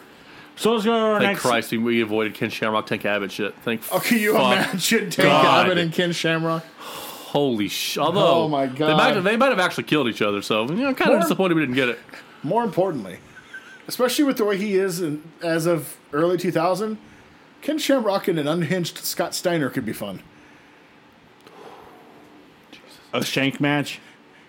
So let's go to our Thank next. Christ we, we avoided Ken Shamrock, Tank Abbott shit. Thank Oh, can you fuck. imagine Tank God. Abbott and Ken Shamrock? Holy sh! Although, Oh my they God. might, have, they might have actually killed each other. So you know, kind More- of disappointed we didn't get it. More importantly, especially with the way he is in, as of early 2000, Ken Shamrock and an unhinged Scott Steiner could be fun. A shank match.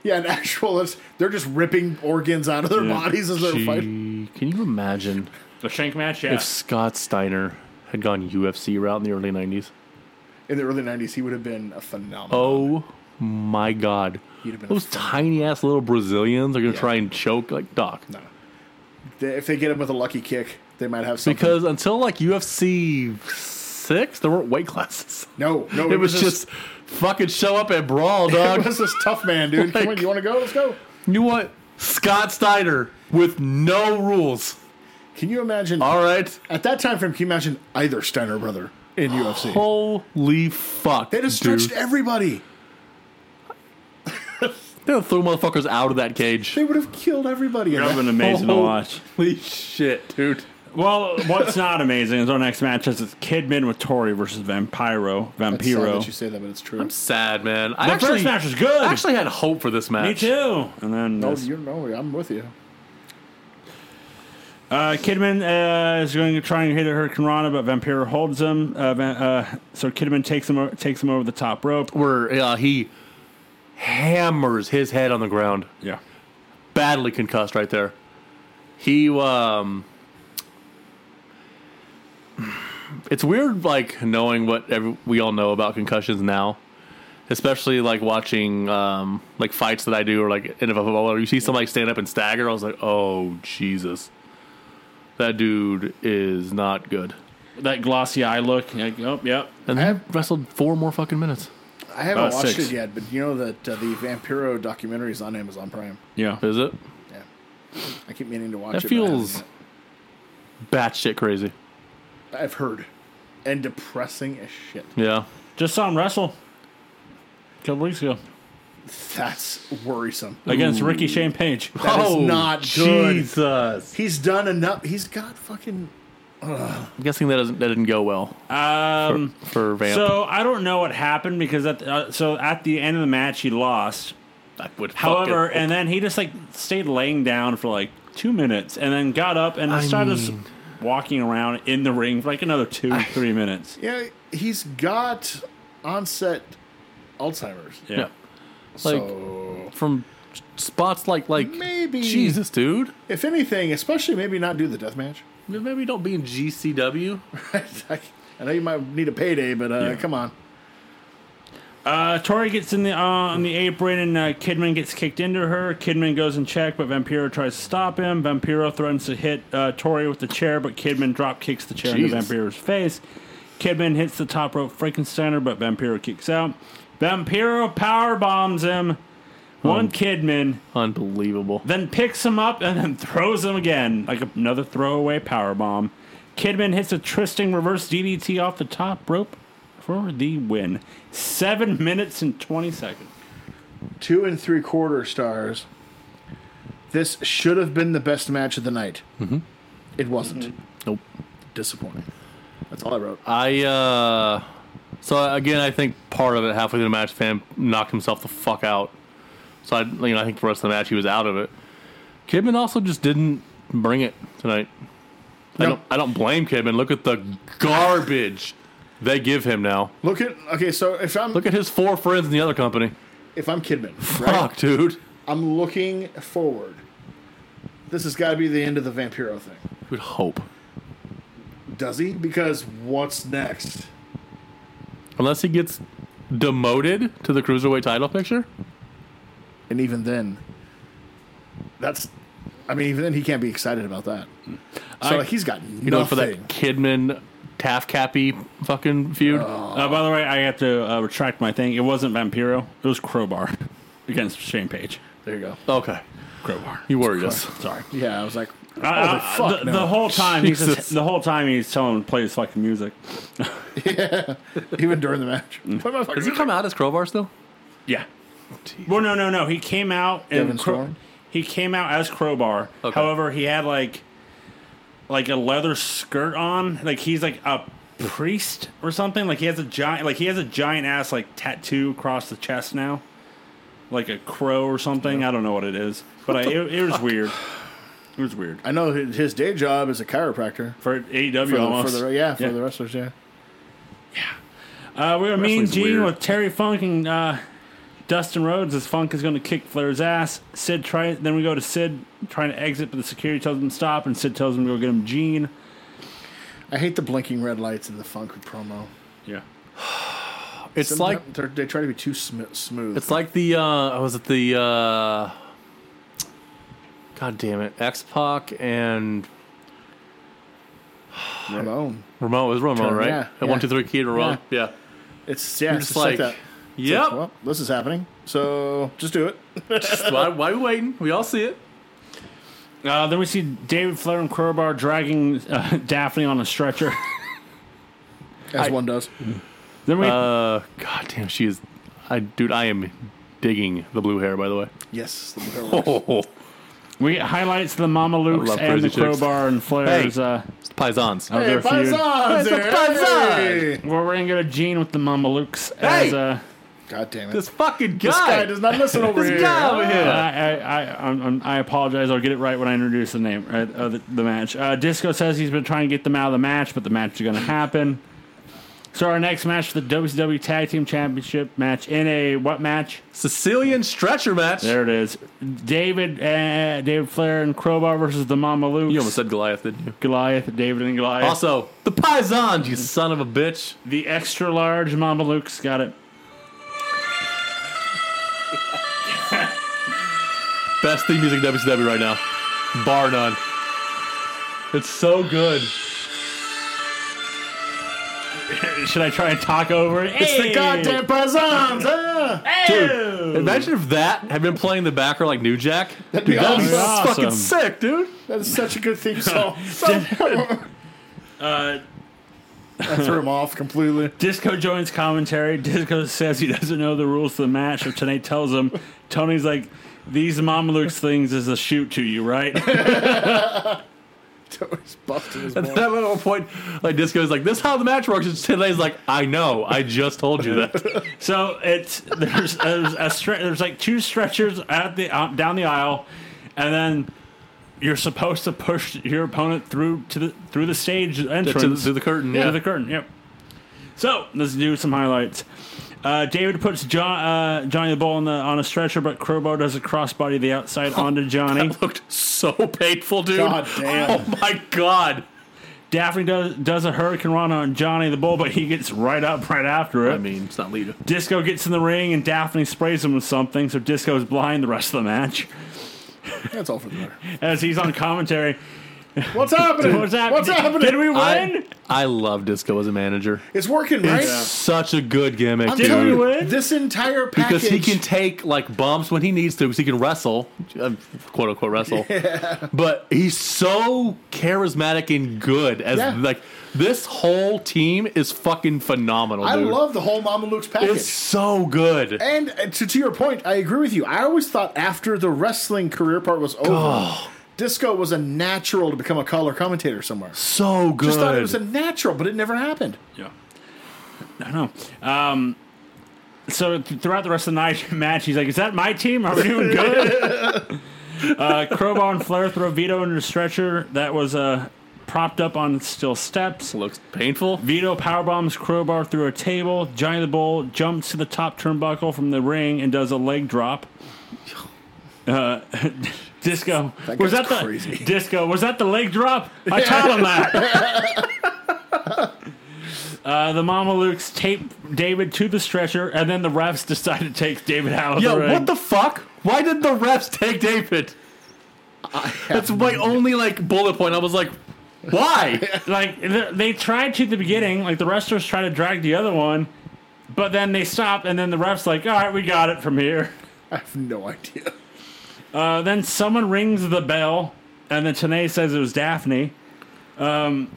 Yeah, an actual, it's- they're just ripping organs out of their Yeah. bodies as they're fighting. Gee, can you imagine A shank match. Yeah. if Scott Steiner had gone UFC route in the early nineties? In the early 90s, he would have been a phenomenal. Oh my God! He'd have been a Those tiny ass little Brazilians are gonna Yeah. try and choke like Doc. No. They- If they get him with a lucky kick, they might have something. Because until like UFC six, there weren't weight classes. no, no, It, was, just fucking show up and brawl, dog. it was this tough man, dude. Come on, Like- you want to go? Let's go. you know what? Scott Steiner with no rules. Can you imagine All right. at that time frame? Can you imagine either Steiner brother in UFC? Holy fuck. they just dude. stretched everybody. They would throw motherfuckers out of that cage. They would have killed everybody. in That would've that. been amazing to watch. Holy shit, dude. Oh. Well, what's not amazing is our next match is Kidman with Tori versus Vampiro. It's sad that you Vampiro. say that, but it's true. I'm sad, man. I The actually, first match was good. I actually had hope for this match. Me too. And then no, this- Oh, you know, I'm with you. Uh, Kidman uh, is going to try and hit her Kanrana, but Vampiro holds him. Uh, Van, uh, so Kidman takes him o- takes him over the top rope. Where uh, he hammers his head on the ground. Yeah, Badly concussed right there. He, um. It's weird, like, knowing what every, we all know about concussions now. Especially like watching um, like fights that I do, or like NFL football, or you see somebody stand up and stagger. I was like, "Oh Jesus, that dude is not good." that glossy eye look. Like, oh, yep. And I have- wrestled four more fucking minutes. I haven't Uh, About watched six. it yet, but you know that uh, the Vampiro documentary is on Amazon Prime. Yeah. Is it? Yeah, I keep meaning to watch That it. but I haven't feels yet. batshit crazy. I've heard, and depressing as shit. Yeah. Just saw him wrestle a couple weeks ago That's worrisome. against Ricky Shane Page. That is not good. Oh, Jesus. He's done enough. He's got fucking. I'm guessing that doesn't that didn't go well Um, for Vamp. so I don't know what happened because at the, uh, so at the end of the match he lost. I would However, fucking- and then he just like stayed laying down for like two minutes, and then got up and started s- mean- walking around in the ring for like another two, three minutes. Yeah, he's got onset Alzheimer's. Yeah. Yeah. like So from spots like like Maybe. Jesus, dude. if anything, especially maybe not do the death match. Maybe don't be in GCW. I know you might need a payday, but uh, come on. Uh, Tori gets in the uh, on the apron and uh, Kidman gets kicked into her. Kidman goes in check, but Vampiro tries to stop him. Vampiro threatens to hit uh, Tori with the chair, but Kidman drop kicks the chair into Jesus. Vampiro's face. Kidman hits the top rope Frankensteiner, but Vampiro kicks out. Vampiro power bombs him. One Kidman, Unbelievable. then picks him up and then throws him again like another throwaway power bomb. Kidman hits a twisting reverse DDT off the top rope for the win. Seven minutes and 20 seconds. Two and three quarter stars. This should have been the best match of the night. Mm-hmm. It wasn't. Nope. Disappointing. That's all I wrote. I uh so again I think part of it halfway through the match fan knocked himself the fuck out. So I you know I think the rest of the match he was out of it. Kidman also just didn't bring it tonight. I No. don't I don't blame Kidman. Look at the garbage they give him now. Look at okay. So if I'm Look at his four friends in the other company. if I'm Kidman, right? Fuck, dude. I'm looking forward. This has got to be the end of the Vampiro thing. Good hope. Does he? Because what's next? Unless he gets demoted to the cruiserweight title picture. And even then, that's. I mean, even then, he can't be excited about that. So I- he's got nothing. Oh, You know, for that Kidman Taff Cappy fucking feud. Uh, by the way, I have to uh, retract my thing. It wasn't Vampiro, it was Crowbar against Shane Page. There you go. okay. Crowbar. You worried us. Sorry. Yeah, I was like, Uh, I- I- holy fuck the, no. the whole time he's Jesus. just, the whole time he's telling him to play his fucking music. even during the match. Does Mm. he come out as Crowbar still? Yeah. Well, no, no, no. He came out Devin and Cro- Storm? he came out as Crowbar. Okay. However, he had like like a leather skirt on. Like he's like a priest or something. Like he has a giant like he has a giant ass like tattoo across the chest now. Like a crow or something. I don't know what it is, but I, it, it was weird. It was weird I know his his day job is a chiropractor. for AEW For the, almost. for the, yeah, for Yeah. the wrestlers, yeah. Uh, we were Mean Wrestling's Gene weird. with Terry Funk and uh, Dustin Rhodes. As Funk is going to kick Flair's ass. Sid try. Then we go to Sid trying to exit, but the security tells him to stop, and Sid tells him to go get him Gene. I hate the blinking red lights in the Funk promo. Yeah. It's like Sometimes they're- they try to be too sm- smooth. it's like the uh was it the uh God damn it. X Pac and Ramon. Ramon it was Ramon, Turn- right? yeah, yeah. And one, two, three kid Ramon. Yeah. It's yeah, You're it's just just like, like, that. Yep. Well, this is happening, so just do it. why, why we waiting? We all see it. Uh, then we see David Flair and Crowbar dragging uh, Daphne on a stretcher. As one does. then we Uh God damn, she is I dude, I am digging the blue hair, by the way. Yes. Oh, we get highlights of the Mama Lukes love and the crazy chicks. Crowbar and Flair's. Hey. Uh, Paisans. Hey, their feud. Paisans, It's a hey! paisan! well, we're going to go to Gene with the Mama Lukes. Hey. As, uh, God damn it. This This, fucking guy. guy Ah. does not listen over This here. guy over I, here. I, I, I'm, I'm- I apologize. I'll get it right when I introduce the name uh, of the, the match. Uh, Disco says he's been trying to get them out of the match, but the match is going to happen. So our next match, the WCW Tag Team Championship match in a what match? Sicilian stretcher match. There it is. David uh, David Flair and Crowbar versus the Mama Luke. You almost said Goliath, didn't you? Goliath, David and Goliath. Also, the Paisans, you son of a bitch. The extra large Mama Luke's got it. Best theme music in WCW right now. Bar none. It's so good. Should I try and talk over it? It's the goddamn Paisans. ah! Dude, imagine if that had been playing in the background like New Jack. That'd be dude, that'd be awesome. fucking sick, dude. That is such a good theme song. Uh, I threw him off completely. Disco joins commentary. Disco says he doesn't know the rules of the match, which Tony tells him. Tony's like, "These Mamelukes things is a shoot to you, right?" He's busted his At balls. that little point, like Disco's like, "This is how the match works." And Today's like, "I know, I just told you that." so it's there's there's, a stre- there's like two stretchers at the uh, down the aisle, and then you're supposed to push your opponent through to the through the stage to, entrance to, to the curtain, Yeah. yeah. the curtain. Yep. So let's do some highlights. Uh, David puts John, uh, Johnny the Bull on, the, on a stretcher, but Crowbar does a crossbody to the outside onto Johnny. Looked so painful, dude. God damn. Oh my god. Daphne does does a hurricane run on Johnny the Bull, but he gets right up right after it. I mean, it's not Lita. Disco gets in the ring and Daphne sprays him with something, so Disco is blind the rest of the match. That's all for the matter. As he's on commentary, What's happening? What's happening? What's happening? Did we win? I, I love Disco as a manager. It's working, right? It's such a good gimmick, I'm dude. telling we you, win? this entire package. because he can take like bumps when he needs to because he can wrestle uh, quote unquote wrestle but he's so charismatic and good as Yeah. like this whole team is fucking phenomenal I dude. love the whole Mama Luke's package. it's so good And uh, to, to your point, I agree with you. I always thought after the wrestling career part was over, Disco was a natural to become a color commentator somewhere. so good Just thought it was a natural, but it never happened. Yeah. I don't know. Um, so th- throughout the rest of the night match, he's like, "Is that my team? Are we doing good?" uh, Crowbar and Flair throw Vito into a stretcher that was uh, propped up on steel steps. looks painful Vito powerbombs Crowbar through a table. Johnny the Bull jumps to the top turnbuckle from the ring and does a leg drop. Uh, Disco That was guy's that the crazy. Disco was that the leg drop? I taught him that. Uh, the Mama Lukes tape David to the stretcher, and then the refs decide to take David out of yeah the ring. what the fuck why did the refs take david that's my only like bullet point i was like why like th- they tried to at the beginning, like the wrestlers try to drag the other one, but then they stop, and then the refs like, all right, we got it from here. I have no idea. Uh, then someone rings the bell, and then Tanae says it was Daphne. Um,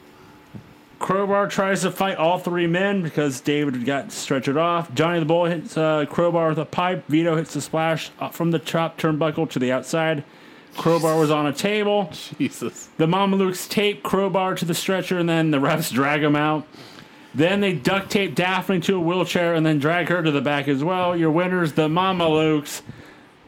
Crowbar tries to fight all three men because David got stretchered off. Johnny the Bull hits uh, Crowbar with a pipe. Vito hits the splash uh, from the top turnbuckle to the outside. Crowbar was on a table. jesus The Mamelukes tape Crowbar to the stretcher, and then the refs drag him out. Then they duct tape Daphne to a wheelchair and then drag her to the back as well. Your winners, the Mamelukes.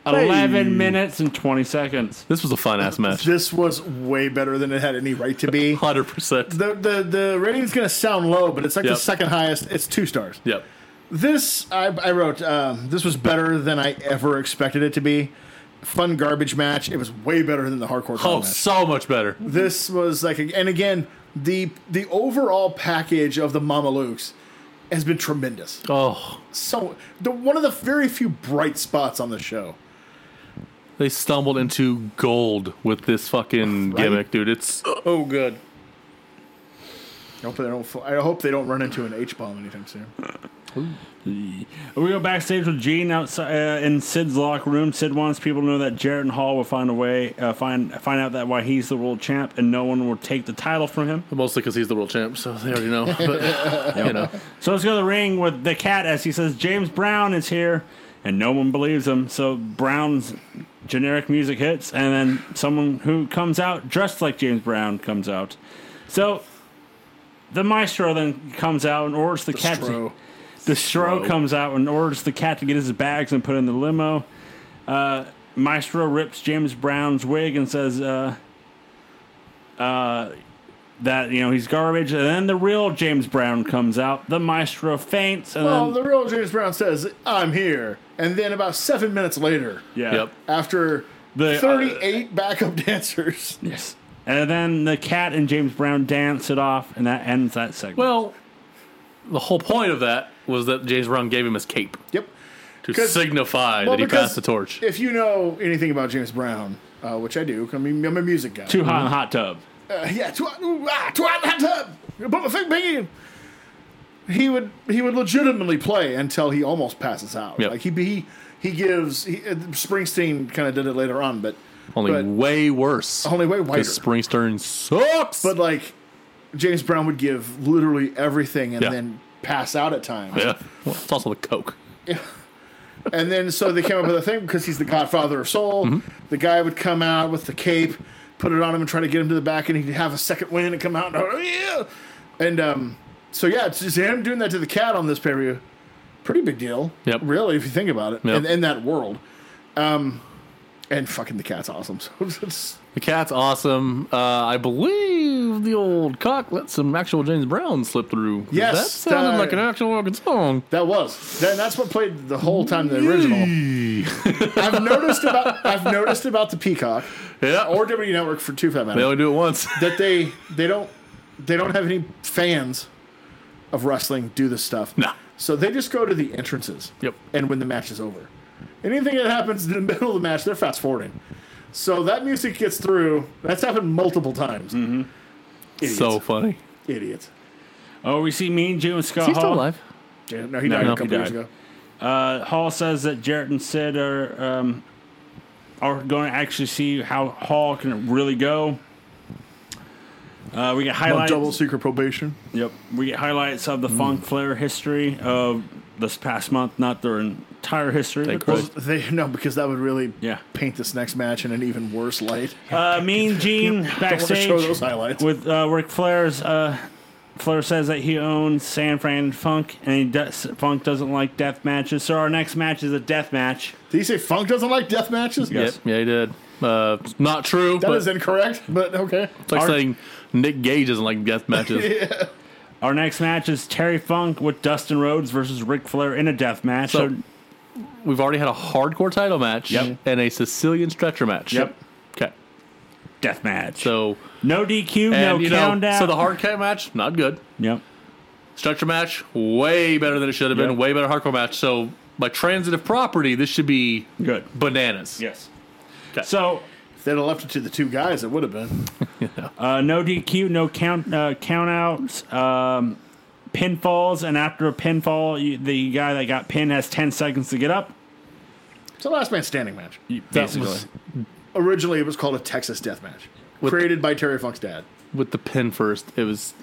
11 minutes and 20 seconds. this was a fun ass match This was way better than it had any right to be. 100% The, the the rating's gonna sound low, but it's like Yep. the second highest. It's two stars. yep This I, I wrote. Um, this was better than I ever expected it to be. Fun garbage match. It was way better than the hardcore. Title oh match. so much better this was like and again the the overall package of the Mamalukes has been tremendous. oh So the one of the very few bright spots on the show. They stumbled into gold with this fucking gimmick, dude. It's Oh, good. I hope they don't. fl- I hope they don't run into an H bomb anytime soon. We go backstage with Gene outside uh, in Sid's locker room. Sid wants people to know that Jarrett and Hall will find a way, uh, find find out that why he's the world champ, and no one will take the title from him. mostly because he's the world champ, so they already know. But you know, So let's go to the ring with the cat as he says James Brown is here, and no one believes him. So Brown's generic music hits, and then someone who comes out dressed like James Brown comes out. So the maestro then comes out and orders the, cat. To, Stro. The Stro Stro. comes out and orders the cat to get his bags and put in the limo. Uh, Maestro rips James Brown's wig and says uh, uh, that you know he's garbage. And then the real James Brown comes out. The Maestro faints, and Well, then Um, the real James Brown says, "I'm here," and then about seven minutes later, yeah, yep. after The, uh, thirty-eight backup dancers, yes. And then the cat and James Brown dance it off, and that ends that segment. Well, the whole point of that was that James Brown gave him his cape yep, to 'Cause- signify Well, that he because passed the torch. If you know anything about James Brown, uh, which I do, 'cause I mean, I'm a music guy. too hot in the hot tub. Uh, yeah, two, ooh, ah, two out in the hot tub. You uh, Put my fake piggy in. He would he would legitimately play until he almost passes out. Yep. Like he he he gives. He, uh, Springsteen kind of did it later on, but Only but- way worse. only way because wider. Springsteen sucks. but like James Brown would give literally everything and Yeah. then pass out at times. yeah, well, it's also the coke. And then so they came up with a thing because he's the godfather of soul. Mm-hmm. The guy would come out with the cape, put it on him, and try to get him to the back, and he'd have a second win and come out and oh, yeah. And um, so yeah, it's just him doing that to the cat on this pay per view. Pretty big deal, Yep. really, if you think about it, Yep. in, in that world. Um, and fucking the cat's awesome. So it's, The cat's awesome. Uh, I believe the old cock let some actual James Brown slip through. Yes, that sounded uh, like an actual fucking song. that was that, that's what played the whole time the original. I've noticed about I've noticed about the Peacock Yeah, or W Network for two fat matter. they only do it once. that they they don't they don't have any fans of wrestling do this stuff. Nah. So they just go to the entrances. Yep. And when the match is over, anything that happens in the middle of the match, they're fast forwarding. So that music gets through. That's happened multiple times. Mm-hmm. Idiots. So funny. idiots. Oh, we see Mean Jew and Scott Is he Hall. still alive? Yeah, no, he died no, a couple he years died. ago. Uh, Hall says that Jarrett and Sid are um, are going to actually see how Hall can really go. Uh, we get On highlights. double secret probation. Yep, we get highlights of the Mm. Funk Flair history of this past month, not their entire history. Thank but Christ. They no, because that would really Yeah. paint this next match in an even worse light. Uh, mean Gene Don't want to show backstage those highlights. with uh, Ric Flair's. Uh, Flair says that he owns San Fran Funk, and he does, Funk doesn't like death matches. So our next match is a death match. Did he say Funk doesn't like death matches? Yes. Yep. Yeah, he did. Uh, it's not true. That but is incorrect, but okay. it's like saying Nick Gage doesn't like death matches. Our next match is Terry Funk with Dustin Rhodes versus Ric Flair in a death match. So, So- We've already had a hardcore title match Yep. and a Sicilian stretcher match. Yep. Okay. death match. So no DQ, and no you know, countdown. so the hardcore match not good. yep. Stretcher match way better than it should have been. Yep. Way better hardcore match. So by transitive property, this should be Good. bananas. Yes. 'Kay. So If they'd have left it to the two guys, it would have been. Uh, no DQ, no count uh, count outs, um, pinfalls, and after a pinfall, you, the guy that got pinned has ten seconds to get up. It's a last man standing match. Basically, Originally, it was called a Texas death match, created by Terry Funk's dad. with the pin first, it was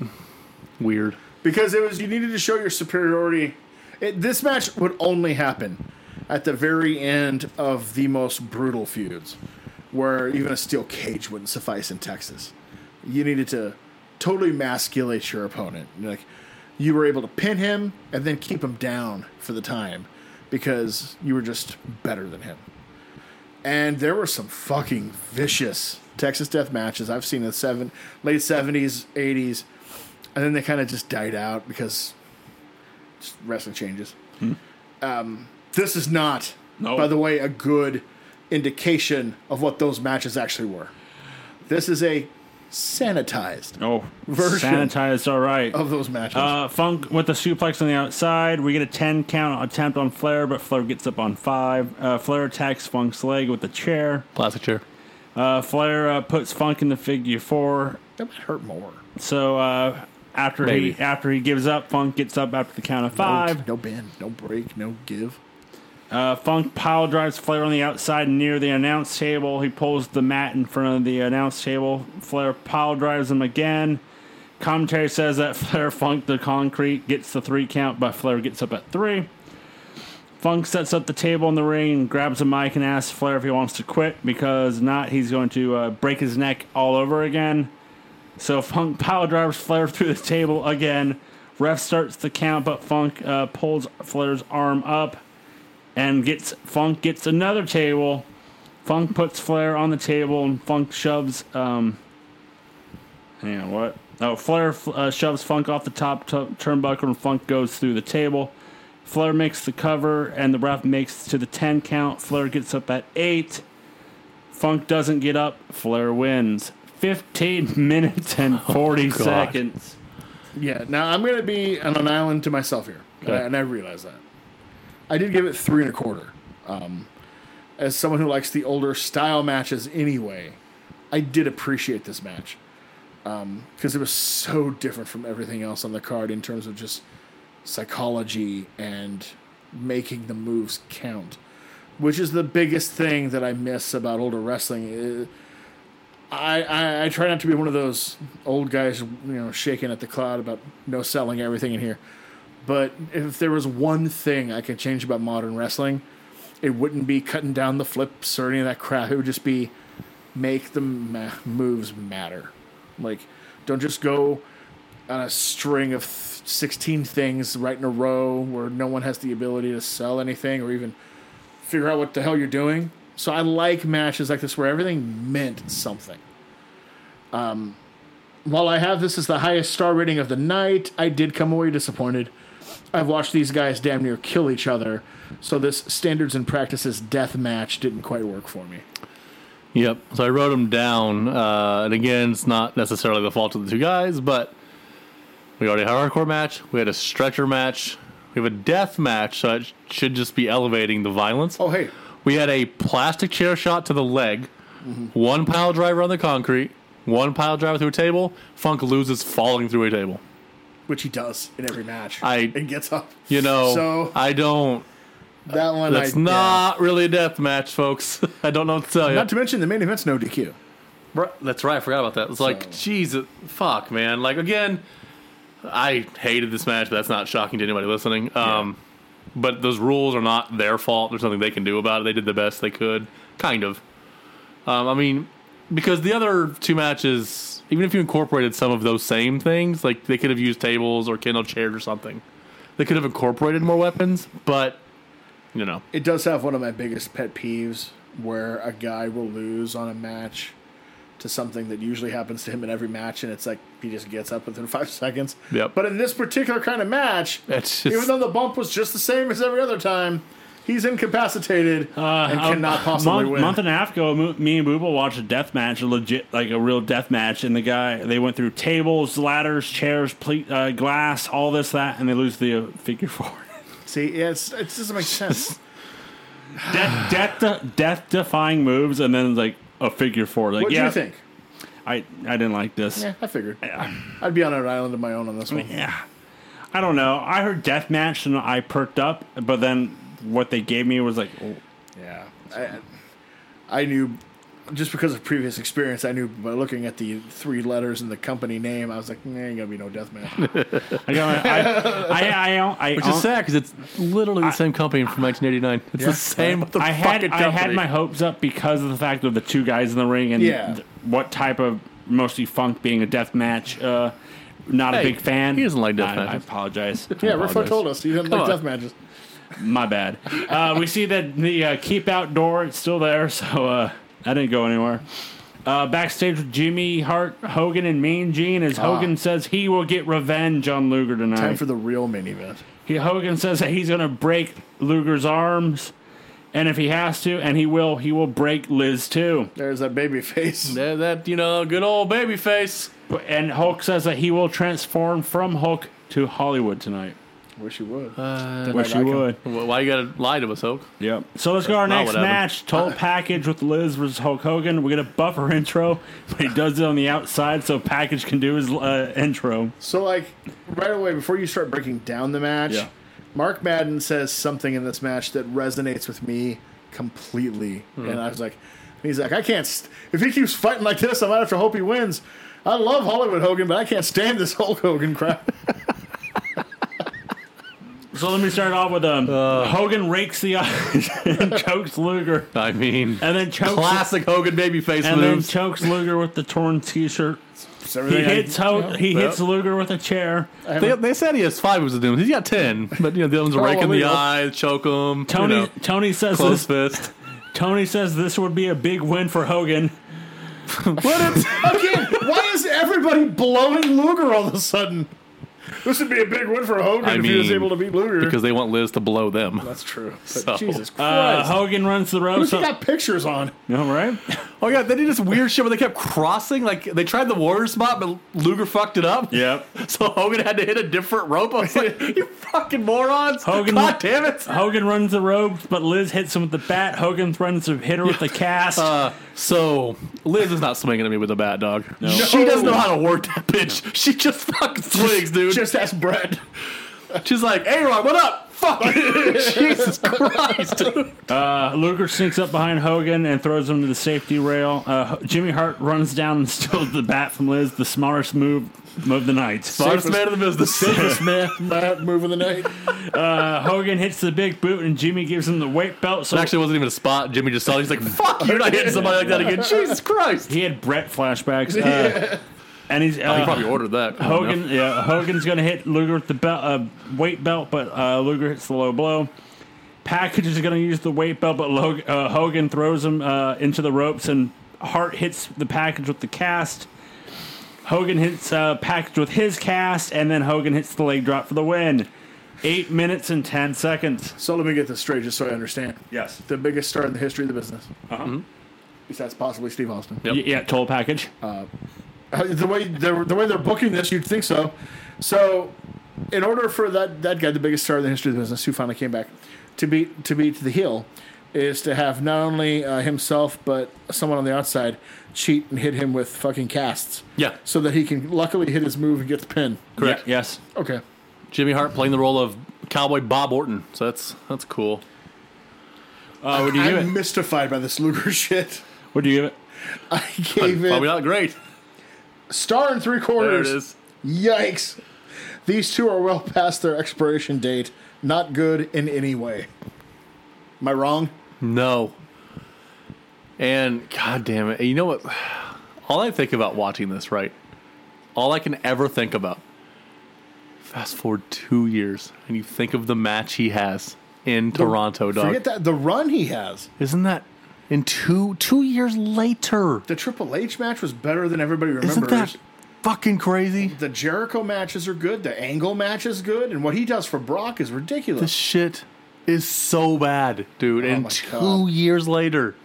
weird. because it was you needed to show your superiority. It, this match would only happen at the very end of the most brutal feuds, where even a steel cage wouldn't suffice in Texas. You needed to totally emasculate your opponent. Like you were able to pin him and then keep him down for the time because you were just better than him. And there were some fucking vicious Texas death matches I've seen in the seven late seventies, eighties and then they kind of just died out because just wrestling changes. Um, this is not, Hmm. No. by the way, a good indication of what those matches actually were. This is a sanitized Oh, Version. sanitized. All right. of those matches. Uh, Funk with a suplex on the outside. We get a ten count attempt on Flair, but Flair gets up on five. Uh, Flair attacks Funk's leg with a chair. Plastic chair. Uh, Flair uh, puts Funk in the figure four. that might hurt more. So uh, after Maybe. he after he gives up, Funk gets up after the count of five. No, no bend, no break, no give. Uh, Funk pile drives Flair on the outside near the announce table. He pulls the mat in front of the announce table. Flair pile drives him again. Commentary says that Flair Funk the concrete gets the three count, but Flair gets up at three. Funk sets up the table in the ring and grabs a mic and asks Flair if he wants to quit because not he's going to uh, break his neck all over again. So Funk pile drives Flair through the table again. Ref starts the count, but Funk uh, pulls Flair's arm up and gets Funk gets another table. Funk puts Flair on the table and Funk shoves um hang on, what? Oh, Flair uh, shoves Funk off the top t- turnbuckle and Funk goes through the table. Flair makes the cover and the ref makes to the 10 count. Flair gets up at 8. Funk doesn't get up. Flair wins. 15 minutes and 40 God. seconds. Yeah, now I'm going to be on an island to myself here, and, I, Okay. and I realize that. I did give it three and a quarter. Um, as someone who likes the older style matches anyway, I did appreciate this match because it was so different from everything else on the card in terms of just psychology and making the moves count, which is the biggest thing that I miss about older wrestling. Uh, I, I, I try not to be one of those old guys, you know, shaking at the cloud about no selling everything in here. But if there was one thing I could change about modern wrestling, it wouldn't be cutting down the flips or any of that crap. It would just be make the ma- moves matter. Like, don't just go on a string of th- 16 things right in a row where no one has the ability to sell anything or even figure out what the hell you're doing. So I like matches like this where everything meant something. Um, while I have this as the highest star rating of the night, I did come away disappointed. I've watched these guys damn near kill each other, so this standards and practices death match didn't quite work for me. Yep. So I wrote them down. Uh, and again, it's not necessarily the fault of the two guys, but we already had a hardcore match. We had a stretcher match. We have a death match, so it should just be elevating the violence. Oh hey, We had a plastic chair shot to the leg. Mm-hmm. One pile driver on the concrete, one pile driver through a table. Funk loses falling through a table. which he does in every match. I- and gets up. You know, So- I don't. That one, That's I, not really a death match, folks. I don't know what to tell you. Not to mention the main event's no DQ. Right, That's right. I forgot about that. It's like Jesus, fuck, man. Like again, I hated this match, but that's not shocking to anybody listening. Um, But those rules are not their fault. There's nothing they can do about it. They did the best they could, kind of. Um, I mean, because the other two matches, even if you incorporated some of those same things, like they could have used tables or Kindle chairs or something. They could have incorporated more weapons, but you know, It does have one of my biggest pet peeves where a guy will lose on a match to something that usually happens to him in every match, and it's like he just gets up within five seconds. Yep. But in this particular kind of match, it's even just though the bump was just the same as every other time, he's incapacitated and cannot possibly Uh, um, month, win. month and a half ago, mo- me and Booba watched a death match, a legit, like a real death match, and the guy they went through tables, ladders, chairs, ple- uh, glass, all this that, and they lose the uh, figure four. See, yeah, it's, it doesn't make sense. death, death, de- death defying moves, and then like a figure four. Like, What do yeah, you think? I I didn't like this. Yeah, I figured. I'd be on an island of my own on this one. Yeah. I don't know. I heard death match and I perked up, but then what they gave me was like, oh, Yeah, I, I knew just because of previous experience. I knew by looking at the three letters in the company name, I was like, "Nah, ain't gonna be no death match." I got my, I, I, I, I, I, Which is sad because it's literally the same company from 1989. It's the same motherfucking I had company. I had my hopes up because of the fact of the two guys in the ring and Yeah. th- what type of mostly Funk being a death match. Uh, not Hey, a big fan. he doesn't like death I, I matches. apologize. yeah, Riffo told us he didn't Come like on. death matches. My bad. Uh, we see that the uh, keep out door it's still there, so uh, I didn't go anywhere. Uh, backstage with Jimmy Hart, Hogan, and Mean Gene as Hogan says he will get revenge on Luger tonight. Ah. Time for the real main event. He, Hogan says that he's going to break Luger's arms, and if he has to, and he will, he will break Liz too. There's that baby face. That, that, you know, good old baby face. And Hulk says that he will transform from Hulk to Hollywood tonight. Wish he would. Uh, Wish he like him. would. Wh- Why you gotta lie to us, Hulk? Yep. So let's go to our That's next not what happened. match. Total package with Liz versus Hulk Hogan. We're gonna buff our intro, but he does it on the outside so package can do his uh, intro. so like right away before you start breaking down the match, Yeah. Mark Madden says something in this match that resonates with me completely, and I was like, he's like, I can't. St- if he keeps fighting like this, I might have to hope he wins. I love Hollywood Hogan, but I can't stand this Hulk Hogan crap. So let me start off with um, Uh. Hogan rakes the eyes and chokes Luger, I mean, and then chokes classic Hogan baby face and then moves. chokes Luger with the torn T-shirt. It's He everything I- hits Ho- he Yep. hits Luger with a chair. they, they said he has five moves to do. He's got ten, but you know the other ones are raking the Unbelievable. eye, choke him. Tony you know, Tony says close this, fist. Tony says this would be a big win for Hogan. What? It's, Again, why is everybody blowing Luger all of a sudden? This would be a big win for Hogan I if he was mean, able to beat Luger. because they want Liz to blow them. That's true. But So- Jesus Uh, Christ. Hogan runs the ropes. Look, he up- got pictures on. No right. Oh yeah, they did this weird shit where they kept crossing. Like they tried the warrior spot, but Luger fucked it up. Yep. So Hogan had to hit a different rope. I was like, you fucking morons! Hogan- God damn it! Hogan runs the ropes, but Liz hits him with the bat. Hogan runs the hitter with the cast. Uh, so Liz is not swinging at me with a bat, dog. No. She doesn't know how to work that bitch. She just fucking swings, dude. Just ask Brett. She's like, "Hey, Rod, what up?" Fuck. Jesus Christ. Uh, Luger sneaks up behind Hogan and throws him to the safety rail. Uh, H- Jimmy Hart runs down and steals the bat from Liz, the smartest move of the night. Smartest man in the business. man, Matt, move of the night. Uh, Hogan hits the big boot and Jimmy gives him the weight belt. So It actually wasn't even a spot. Jimmy just saw. it. He's like, "Fuck, you're not hitting somebody like that again." Jesus Christ. he had Brett flashbacks. Uh, and he's He uh, probably ordered that. I don't know. Hogan, yeah, Hogan's gonna hit Luger with the belt, uh, weight belt, but uh, Luger hits the low blow. Package is gonna use the weight belt, but Log- uh, Hogan throws him uh, into the ropes, and Hart hits the package with the cast. Hogan hits uh, package with his cast, and then Hogan hits the leg drop for the win. Eight minutes and ten seconds. So let me get this straight just so I understand. Yes. The biggest star in the history of the business. Mm-hmm. Besides possibly Steve Austin. Yep. Y- yeah, total package. Uh, The way they're the way they're booking this, you'd think so. So, in order for that that guy, the biggest star in the history of the business, who finally came back, to beat to beat the heel, is to have not only uh, himself but someone on the outside cheat and hit him with fucking casts. Yeah. So that he can luckily hit his move and get the pin. Correct. Yeah, yes. Okay. Jimmy Hart playing the role of Cowboy Bob Orton. So that's that's cool. Uh, what do you give I'm it? mystified by this Luger shit. What do you give it? I gave Probably it not great. star and three There it quarters. is. Yikes. These two are well past their expiration date. Not good in any way. Am I wrong? No. And god damn it. You know what? All I think about watching this, right? All I can ever think about. Fast forward two years, and you think of the match he has in Toronto, dog. Forget that. The run he has. Isn't that in two two years later? The Triple H match was better than everybody remembers. Isn't that fucking crazy? the Jericho matches are good. The Angle match is good. And what he does for Brock is This ridiculous. shit is so bad, dude. my and two God. years later.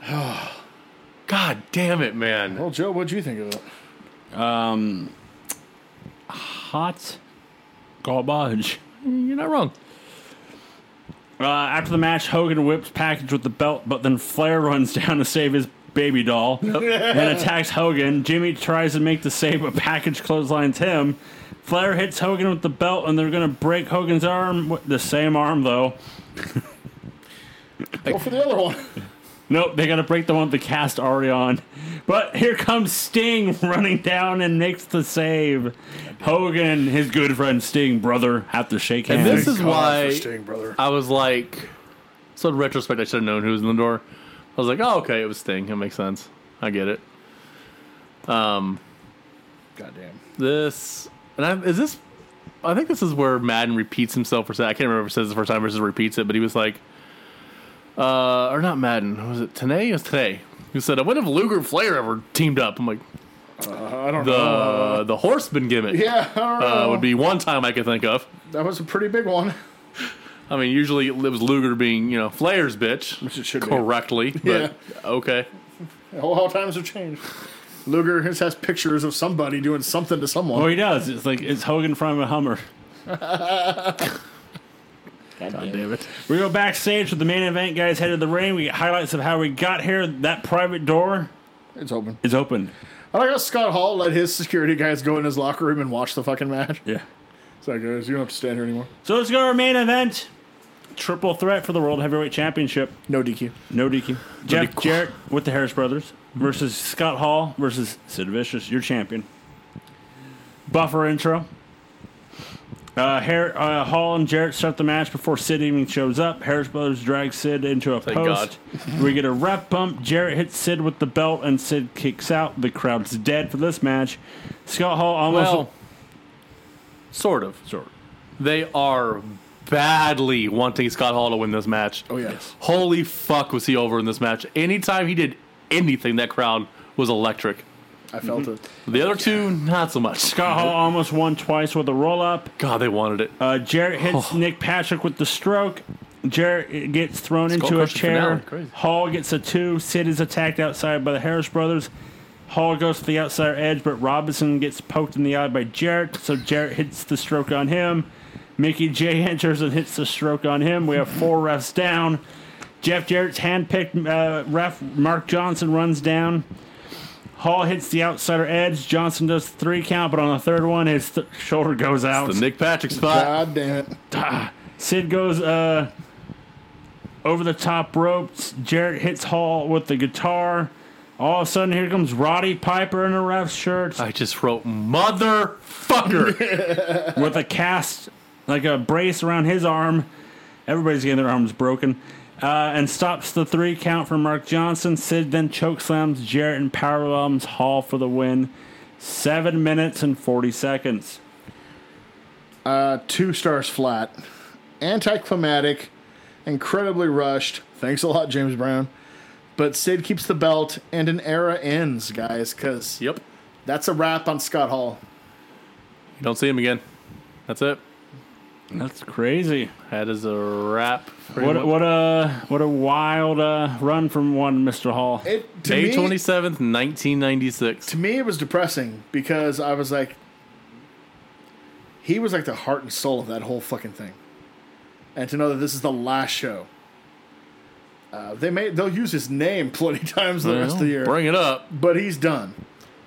God damn it, man. well, Joe, what'd you think of it? Hot garbage. You're not wrong. Uh, after the match, Hogan whips Package with the belt, but then Flair runs down to save his baby doll and attacks Hogan. Jimmy tries to make the save, but Package clotheslines him. Flair hits Hogan with the belt, and they're going to break Hogan's arm. with The same arm, though. Go for the other one. Nope, they got to break the one with the cast already on. But here comes Sting running down and makes the save. Hogan, his good friend Sting, brother, have to shake hands. And this is God why for Sting, brother. I was like, so in retrospect, I should have known who was in the door. I was like, oh, okay, it was Sting. It makes sense. I get it. Goddamn. This, and I, is this, I think this is where Madden repeats himself for, I can't remember if it says the first time versus repeats it, but he was like, uh, or not Madden, was it Tanay? It was Tanay. Who said, I wonder if Luger and Flair ever teamed up. I'm like, "Uh, I don't know. the the horseman gimmick Uh, Yeah, I don't know. uh, would be one time I could think of. that was a pretty big one. I mean, usually it was Luger being you know Flair's bitch, Which it should be. correctly, but okay. All times have changed. Luger has, has pictures of somebody doing something to someone. Oh, he does. It's like it's Hogan from a Hummer. God damn it! We go backstage with the main event guys headed to the ring. We get highlights of how we got here. That private door It's open. is open. I like how Scott Hall let his security guys go in his locker room and watch the fucking match. Yeah. It's like, guys, you don't have to stand here anymore. So let's go to our main event. Triple threat for the World Heavyweight Championship. No DQ. No DQ. Jeff Jarrett with the Harris Brothers versus Scott Hall versus Sid Vicious, your champion. Buffer intro. Uh, Har- uh, Hall and Jarrett start the match before Sid even shows up. Harris Brothers drag Sid into a post. we get a rep bump. Jarrett hits Sid with the belt, and Sid kicks out. The crowd's dead for this match. Scott Hall almost. Well, sort of. Sorry. They are badly wanting Scott Hall to win this match. Oh, yes. Holy fuck, was he over in this match? Anytime he did anything, that crowd was electric. I felt it. The other two, not so much. Scott Hall almost won twice with a roll up. God, they wanted it. Uh, Jarrett hits Oh. Nick Patrick with the stroke. Jarrett gets thrown into a crushing finale. chair. Crazy. Hall gets a two. Sid is attacked outside by the Harris brothers. Hall goes to the outside edge, but Robinson gets poked in the eye by Jarrett, so Jarrett hits the stroke on him. Mickey J enters and hits the stroke on him. We have four refs down. Jeff Jarrett's handpicked uh, ref, Mark Johnson, runs down. Hall hits the outsider edge. Johnson does three count, but on the third one, his th- shoulder goes out. The Nick Patrick spot. God damn it. Sid goes uh, over the top ropes. Jarrett hits Hall with the guitar. All of a sudden, here comes Roddy Piper in a ref's shirt I just wrote motherfucker. with a cast, like a brace around his arm. Everybody's getting their arms broken. Uh, and stops the three count from Mark Johnson. Sid then chokeslams Jarrett and powerbombs Hall for the win. Seven minutes and 40 seconds. Uh, two stars flat. Anticlimactic. Incredibly rushed. Thanks a lot, James Brown. But Sid keeps the belt, and an era ends, guys, because yep. that's a wrap on Scott Hall. You don't see him again. That's it. That's crazy. That is a wrap. pretty What, much. what a what a wild uh, run from one Mr. Hall. It, to May me, twenty seventh, nineteen ninety six. to me it was depressing because I was like he was like the heart and soul of that whole fucking thing. And to know that this is the last show Uh, they may they'll use his name plenty times the rest of the year, Bring it up. but he's done,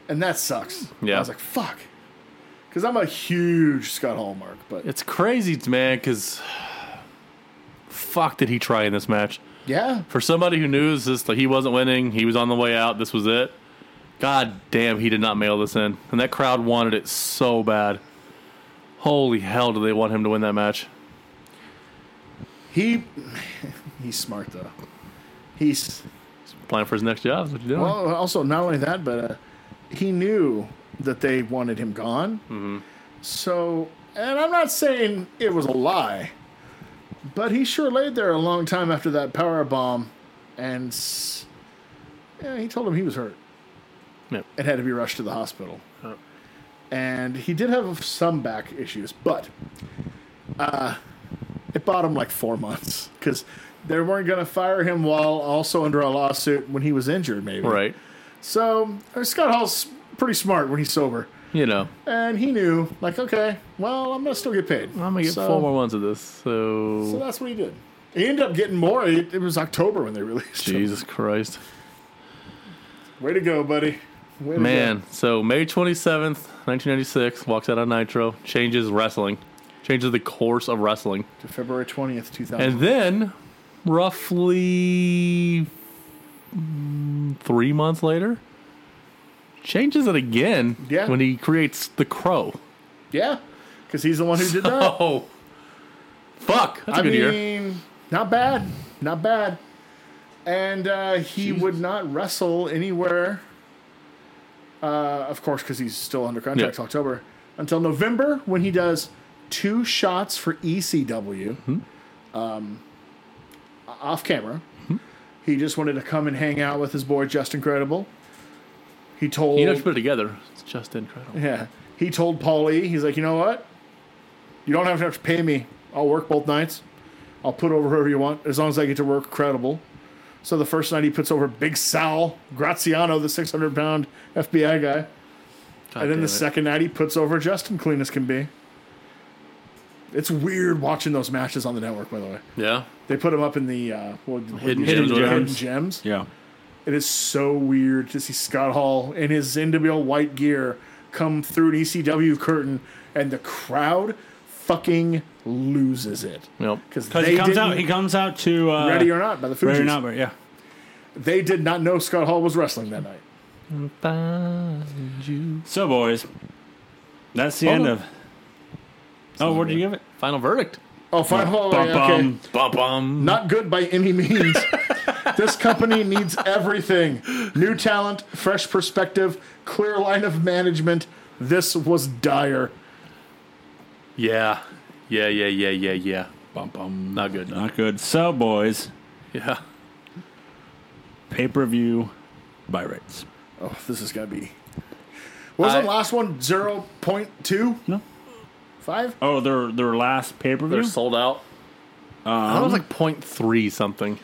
and that sucks. Yeah. I was like, fuck, because I'm a huge Scott Hallmark, but It's crazy, man, because fuck did he try in this match. yeah, For somebody who knew this, like, he wasn't winning, he was on the way out, this was it. God damn, he did not mail this in. And that crowd wanted it so bad. Holy hell, do they want him to win that match? he he's smart though. He's Applying for his next job is what you're doing. Well, also not only that, but uh, he knew that they wanted him gone. Mm-hmm. So, and I'm not saying it was a lie, but he sure laid there a long time after that power bomb, and s- yeah, he told him he was hurt Yep. and had to be rushed to the hospital. And he did have some back issues, but uh, it bought him like four months because they weren't going to fire him while also under a lawsuit when he was injured, maybe. right. So uh, Scott Hall's pretty smart when he's sober, You know, and he knew, like, okay, well, I'm gonna still get paid. I'm going to get so, four more months of this. So, So that's what he did. He ended up getting more. It, it was October when they released. him. Jesus Christ. Way to go, buddy. Way to Man, so May 27th, 1996, walks out on Nitro, changes wrestling, changes the course of wrestling. go. to February twentieth, two thousand. And then, roughly mm, three months later, changes it again Yeah. when he creates the crow. yeah, because he's the one who did that. Oh, fuck. That's a I good mean, year. not bad, not bad. And uh, he would not wrestle anywhere. Uh, of course, because he's still under contract Yeah. till October until November when he does two shots for ECW um, Mm-hmm. off camera. He just wanted to come and hang out with his boy Just Incredible. He told You know, if you put it together, it's just incredible. yeah. He told Paulie, he's like, you know what? You don't have to have to pay me. I'll work both nights. I'll put over whoever you want, as long as I get to work credible. So the first night he puts over Big Sal Graziano, the 600 pound FBI guy. And God then damn the it. second night he puts over Justin clean as can be. It's weird watching those matches on the network, by the way. Yeah. They put him up in the uh, what, what Hidden do you Gems call it? or- Hidden gems. Yeah. It is so weird to see Scott Hall in his NWL white gear come through an ECW curtain, and the crowd fucking loses it Yep. because Because they he comes didn't, out, he comes out to uh, ready or not by the Ready or Fugees. Not, but yeah, They did not know Scott Hall was wrestling that night. Find you. So, boys, that's the Hold end on. of. Oh, what did you give it? Final verdict. Oh, fine. Oh, Bum, okay. bum. Bum, bum. Not good by any means. this company needs everything new talent, fresh perspective, clear line of management. This was dire. Yeah. Yeah, yeah, yeah, yeah, yeah. Bum, bum. Not good. Not good. So, boys, Yeah. pay per view buy rates. Oh, this is gonna be. What was I- the last one? Zero point two? No. Five? Oh, their their last pay per They're view. sold out. I thought it was like 0.3 something.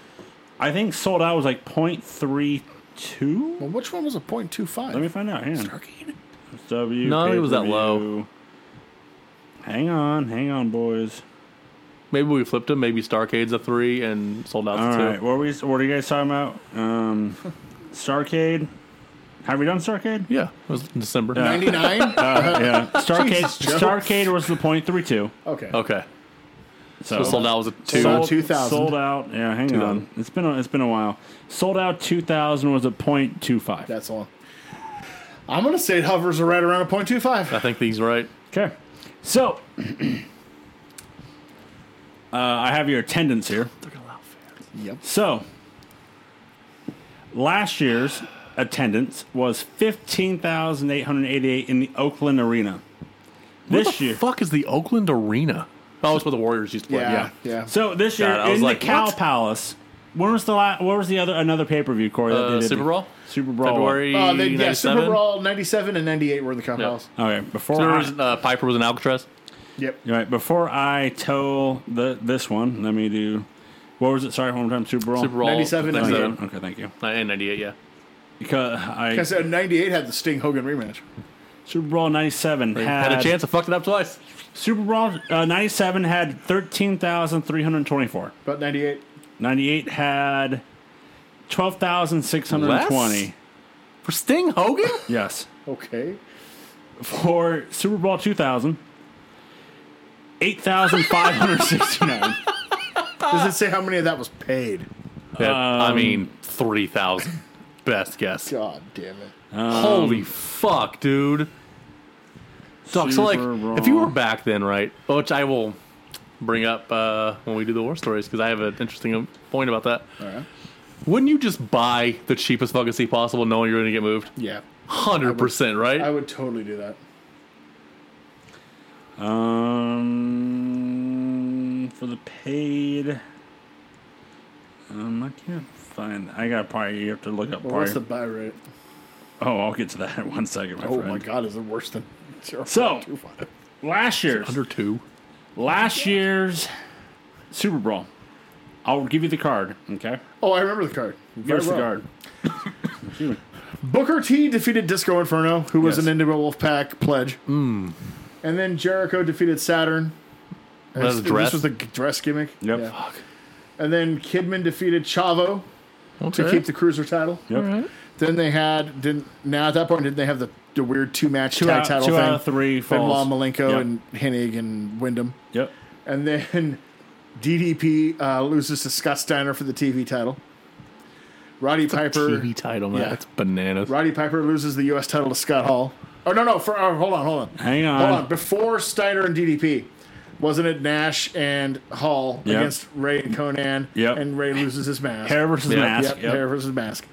I think sold out was like 0.32. Well, which one was a point two five? Let me find out. Hang on. Arcade? W. No, I think it was that low. pay-per-view. Hang on, hang on, boys. Maybe we flipped them. Maybe Starcade's a three and sold out All to right, two. what are we? What are you guys talking about? Um, Starcade. Have we done Starcade? Yeah, it was in December. Ninety nine? Uh, yeah. Starcade. Jesus, Joe. Starcade was the point three two. Okay. Okay, So so sold out was a two. Sold, Sold- 2000. sold out. Yeah, hang on. 2000. It's been a, it's been a while. Sold out two thousand was a point two five. That's all. I'm gonna say it hovers right around a point two I five. think he's right. Okay, so uh, I have your attendance here. Yep. So last year's attendance was fifteen thousand eight hundred eighty eight in the Oakland Arena. What This the year, fuck is the Oakland Arena? Oh, it's where the Warriors used to play. Yeah. Yeah, Yeah. so this year God, I was in like, the Cow what? Palace. When was the la- what was the other another pay per view Corey? that Uh, they did? Super Bowl, Super Bowl. February Uh, they, yeah, Super 97? Bowl ninety seven and ninety eight were in the cup Yeah. house. Okay, before There I- was, uh, Piper was in Alcatraz. Yep. All right, before I tell the this one, let me do. What was it? Sorry, one more time. Super Bowl. Super Bowl Uh, 97, Thank you. 97. Okay, thank you. and ninety-eight. Yeah, Because I I said ninety eight had the Sting Hogan rematch. Super Bowl '97 had, had a chance. I fucked it up twice. Super Bowl uh, '97 had thirteen thousand three hundred twenty-four. About ninety eight. '98 had twelve thousand six hundred Less? twenty. For Sting Hogan? Yes. Okay. For Super Bowl two thousand. Eight thousand five hundred sixty nine. Does it say how many of that was paid? That- I mean, 3,000. Best guess. God damn it. Um, Holy fuck, dude. Dog, so, like, Super if you were Bowl. back then, right? Which I will bring up uh, when we do the war stories because I have an interesting point about that. right. Wouldn't you just buy the cheapest fucking seat possible knowing you're going to get moved? Yeah. 100%, right? I would totally do that. Um, for the paid. Um, I can't find. I got probably you have to look up. Well, what's the probably- buy rate? oh, I'll get to that in one second, my Oh friend. my God, is it worse than So- 0.25? Last year's Under two. last year's Super Bowl. I'll give you the card. Okay, Oh, I remember the card. give us Very the well. card. Booker T defeated Disco Inferno, who was Yes. Hmm. an Indigo Wolfpack pledge. And then Jericho defeated Saturn. That was this, dress. this was the g- dress gimmick. Yep. And then Kidman defeated Chavo to Okay. keep the cruiser title. Yep. Then they had didn't now at that point didn't they have the, the weird two match Two, tag out, title two thing? out of three Benoit falls. Malenko Yep. and Hennig and Wyndham. Yep. And then DDP uh, loses to Scott Steiner for the TV title. Roddy Piper TV title, man. Yeah. That's bananas. Roddy Piper loses the U.S. title to Scott Hall. Oh no no for oh, hold on hold on Hang on. hold on before Steiner and DDP. Wasn't it Nash and Hall Yep. against Ray and Conan? Yep. And Ray loses his mask. Hair versus Yeah. mask. Yep, Yep. Hair versus mask.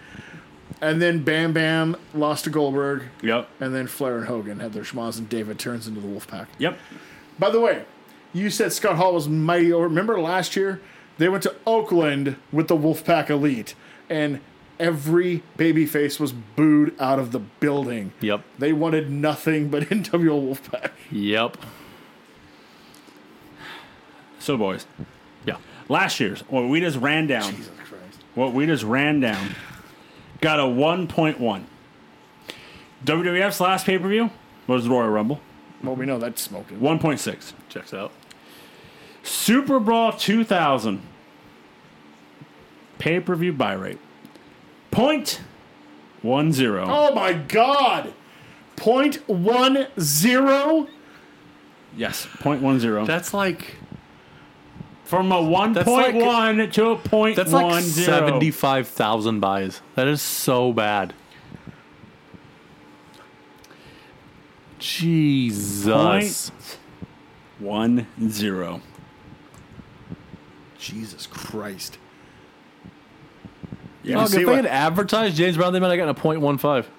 And then Bam Bam lost to Goldberg, Yep. and then Flair and Hogan had their schmas, and David turns into the Wolfpack. Yep. By the way, you said Scott Hall was mighty over. Remember last year they went to Oakland with the Wolfpack Elite, and every babyface was booed out of the building. Yep. They wanted nothing but NWO Wolfpack. Yep. So, boys, Yeah. last year's what we just ran down. Jesus Christ. what we just ran down got a 1.1. WWF's last pay per view was Royal Rumble, Well, we know that's smoking. 1.6. Checks out. Super Bowl 2000 pay per view buy rate 0.10. Oh my God. Point one zero. Yes, 0.10. That's like From a 1.1 to a 0.10. that's like seventy five thousand buys. That is so bad. Jesus. One zero. Jesus Christ. You Dog, see if what- they had advertised James Brown, they might have gotten a point one five.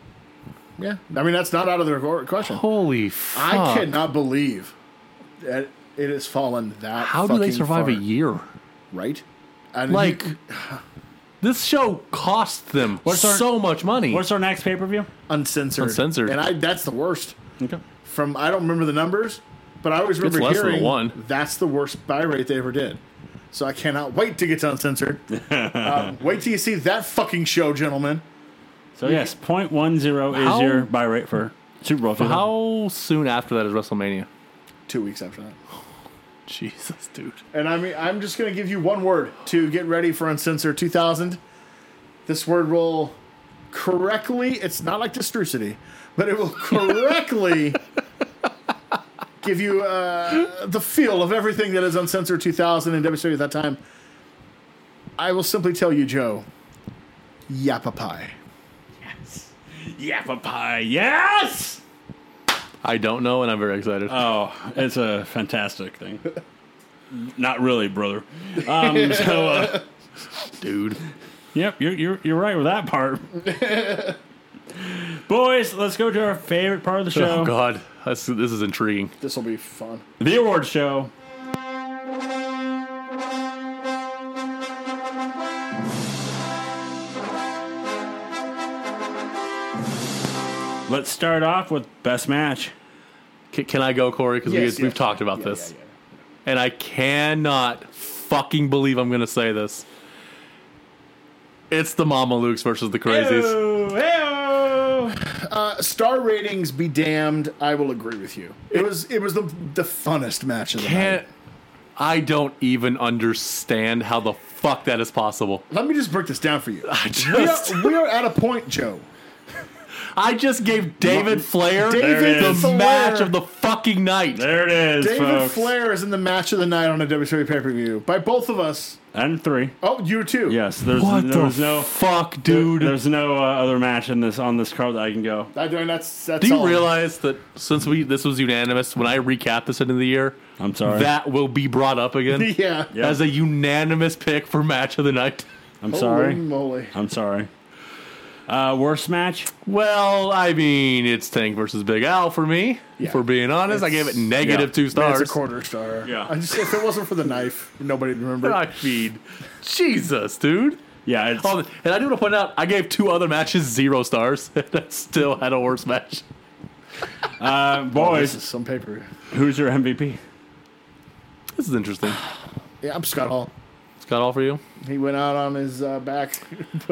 Yeah. I mean, that's not out of the recor- question. Holy fuck! I cannot believe that it has fallen that How do they fucking survive a far, year? Right? And Like you- this show cost them What's our- so much money. What's our next pay per view? uncensored. Uncensored. And I that's the worst. Okay. From I don't remember the numbers, but I always remember less than hearing one. that's the worst buy rate they ever did. So I cannot wait to get to uncensored. um, wait till you see that fucking show, gentlemen. So, yes, 0.10 is How- your buy rate for Super Bowl 2000. How soon after that is WrestleMania? Two weeks after that. Jesus, dude. And I mean, I'm just going to give you one word to get ready for Uncensored 2000. This word will correctly, it's not like distrucity, but it will correctly give you uh, the feel of everything that is Uncensored 2000 and WCW E at that time. I will simply tell you, Joe, yappa pie. Yappa pie, yes! I don't know, and I'm very excited. Oh, it's a fantastic thing. Not really, brother. Um, so, uh, dude. yep, you're, you're, you're right with that part. Boys, let's go to our favorite part of the show Oh God, That's, this is intriguing. This will be fun. the award show. Let's start off with best match. Can, can I go, Corey? Because Yes, we, we've yes. talked about Yeah, this, yeah, yeah. and I cannot fucking believe I'm going to say this. It's the Mama Lukes versus the Crazies. Ew, ew. Uh, Star ratings be damned. I will agree with you. It was it was the the funnest match of the night. Can't I don't even understand how the fuck that is possible. Let me just break this down for you. I We are, just, we are at a point, Joe. I just gave David Flair There it the is. match of the fucking night. There it is, David folks. Flair is in the match of the night on a WWE pay per view by both of us. And three. Oh, you too. Yes, there's What there the was no fuck, there- dude? There's no uh, other match in this on this card that I can go. I, mean, that's that's. Do you all. realize that since we this was unanimous, when I recap this end of the year, I'm sorry. that will be brought up again Yeah. Yeah. as a unanimous pick for match of the night? I'm Holy sorry. moly. I'm sorry. Uh, worst match? Well, I mean, it's Tank versus Big Al for me. If we're being honest, I gave it negative yeah. two Man, stars. It's a quarter star. Yeah. I just if it wasn't for the knife, nobody'd remember. I mean, Jesus, dude. Yeah, it's Oh, and I do want to point out, I gave two other matches zero stars. and I still had a worse match. uh, boys. This is some paper. who's your MVP? This is interesting. Yeah, I'm Scott Hall. Scott, all for you. He went out on his uh, back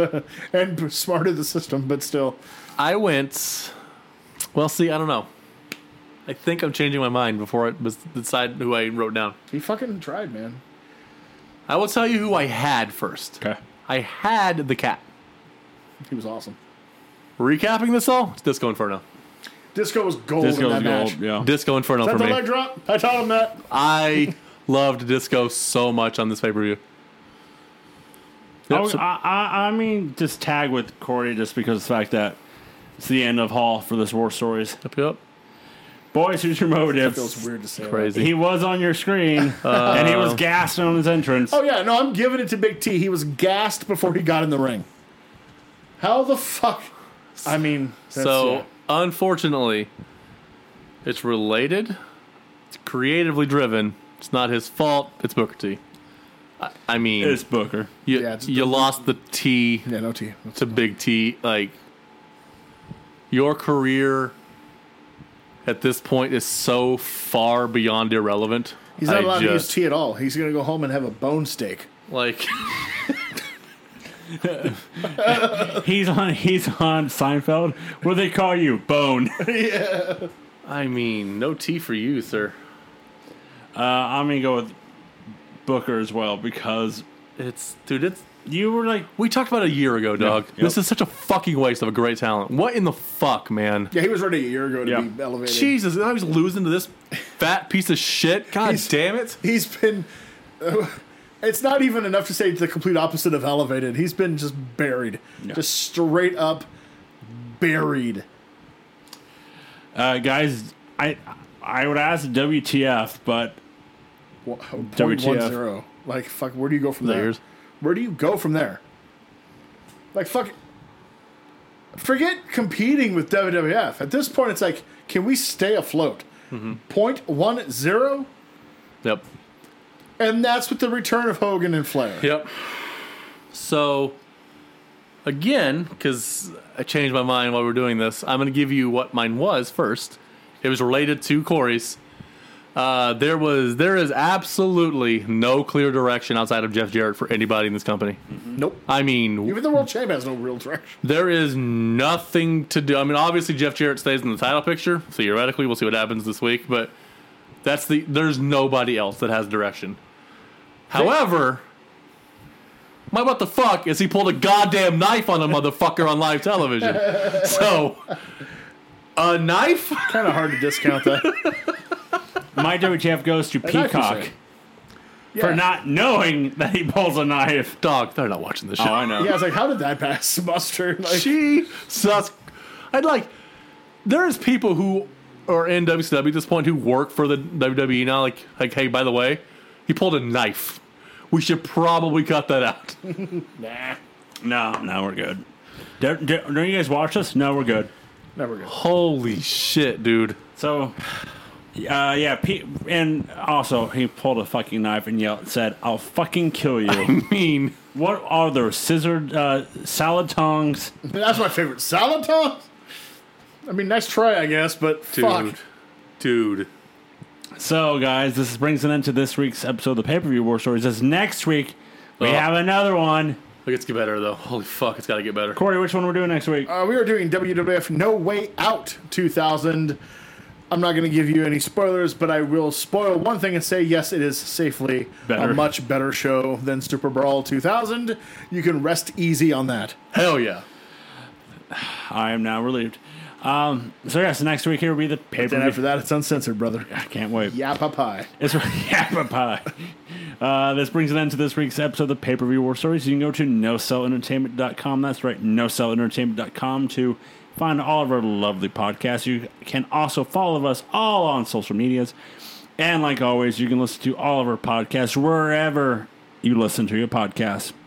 and smarted the system, but still. I went. Well, see, I don't know. I think I'm changing my mind before I bes- decide who I wrote down. He fucking tried, man. I will tell you who I had first. Okay. I had the cat. He was awesome. Recapping this all, it's Disco Inferno. Disco was gold in Disco's that gold. match. Yeah. Disco Inferno Is that for the me. leg drop? I taught him that. I loved Disco so much on this pay per view. I, would- I, I, I mean, just tag with Corey just because of the fact that it's the end of Hall for this War Stories. Yep, yep. Boys, who's your Feels motive? weird to say. that. Crazy. He was on your screen, and he was gassed on his entrance. Oh yeah, no, I'm giving it to Big T. He was gassed before he got in the ring. How the fuck? I mean, that's, so yeah. unfortunately, it's related. It's creatively driven. It's not his fault. It's Booker T. I, I mean, It's Booker. you, yeah, it's- you lost the T yeah, no T. to Big T. Like your career at this point is so far beyond irrelevant. He's not I allowed to use just- T at all. He's gonna go home and have a bone steak. Like He's on. He's on Seinfeld. What do they call you? Bone. Uh, I mean, no T for you, sir. Uh, I'm gonna go with Booker as well because It's dude. It's you were like we talked about it a year ago, dog. yep. This is such a fucking waste of a great talent. What in the fuck, man? Yeah, he was ready a year ago to Yeah. be elevated. Jesus, and I was losing to this fat piece of shit. God He's- damn it. He's been. it's not even enough to say it's the complete opposite of elevated. He's been just buried, just straight up buried. uh, guys. I I would ask WTF, but Wha- Point one WTF. zero. Like fuck, where do you go from there? Layers. Where do you go from there? Like fuck. Forget competing with WWF. At this point, it's like, can we stay afloat? Point one zero, Yep. and that's with the return of Hogan and Flair. Yep. So, again, because I changed my mind while we were doing this, I'm going to give you what mine was first. It was related to Corey's. Uh, there was there is absolutely no clear direction outside of Jeff Jarrett for anybody in this company. Nope. I mean, Even the world champ has no real direction. There is nothing to do. I mean, obviously Jeff Jarrett stays in the title picture. Theoretically, we'll see what happens this week, but that's the there's nobody else that has direction. However, my what the fuck is he pulled a goddamn knife on a motherfucker on live television. So a knife? kind of hard to discount that. my WTF goes to I can Peacock say. for Yeah. not knowing that he pulls a knife. Dog, they're not watching this show. Oh, know. Yeah, it's like, how did that pass muster? Like, Jesus. I'd like. There's people who are in WCW at this point who work for the WWE now. Like, like, hey, by the way, he pulled a knife. We should probably cut that out. nah, No, no, we're good. Don't, don't don't you guys watch this? No, we're good. never good. Holy shit, dude! So, uh, yeah, P- and also he pulled a fucking knife and yelled, said, "I'll fucking kill you." I mean, what are those scissored uh, salad tongs? That's my favorite salad tongs. I mean, nice try, I guess, but dude, fuck. dude. So, guys, this brings an end to this week's episode of the pay per view War Stories. As next week we Oh. have another one. Look, it's get better though. Holy fuck, it's got to get better. Corey, which one we're doing next week? Uh, we are doing WWF No Way Out 2000. I'm not going to give you any spoilers, but I will spoil one thing and say yes, it is safely Better. a much better show than Super Brawl 2000. You can rest easy on that. Hell yeah. I am now relieved. Um, so yeah, so next week here will be the paper. Then after that, it's uncensored, brother. I can't wait. Yeah, papai. It's yeah, pie. Uh, this brings an end to this week's episode of the Pay Per View War Stories. You can go to nocellentertainment.com. That's right, nocellentertainment.com to find all of our lovely podcasts. You can also follow us all on social medias. And like always, you can listen to all of our podcasts wherever you listen to your podcasts.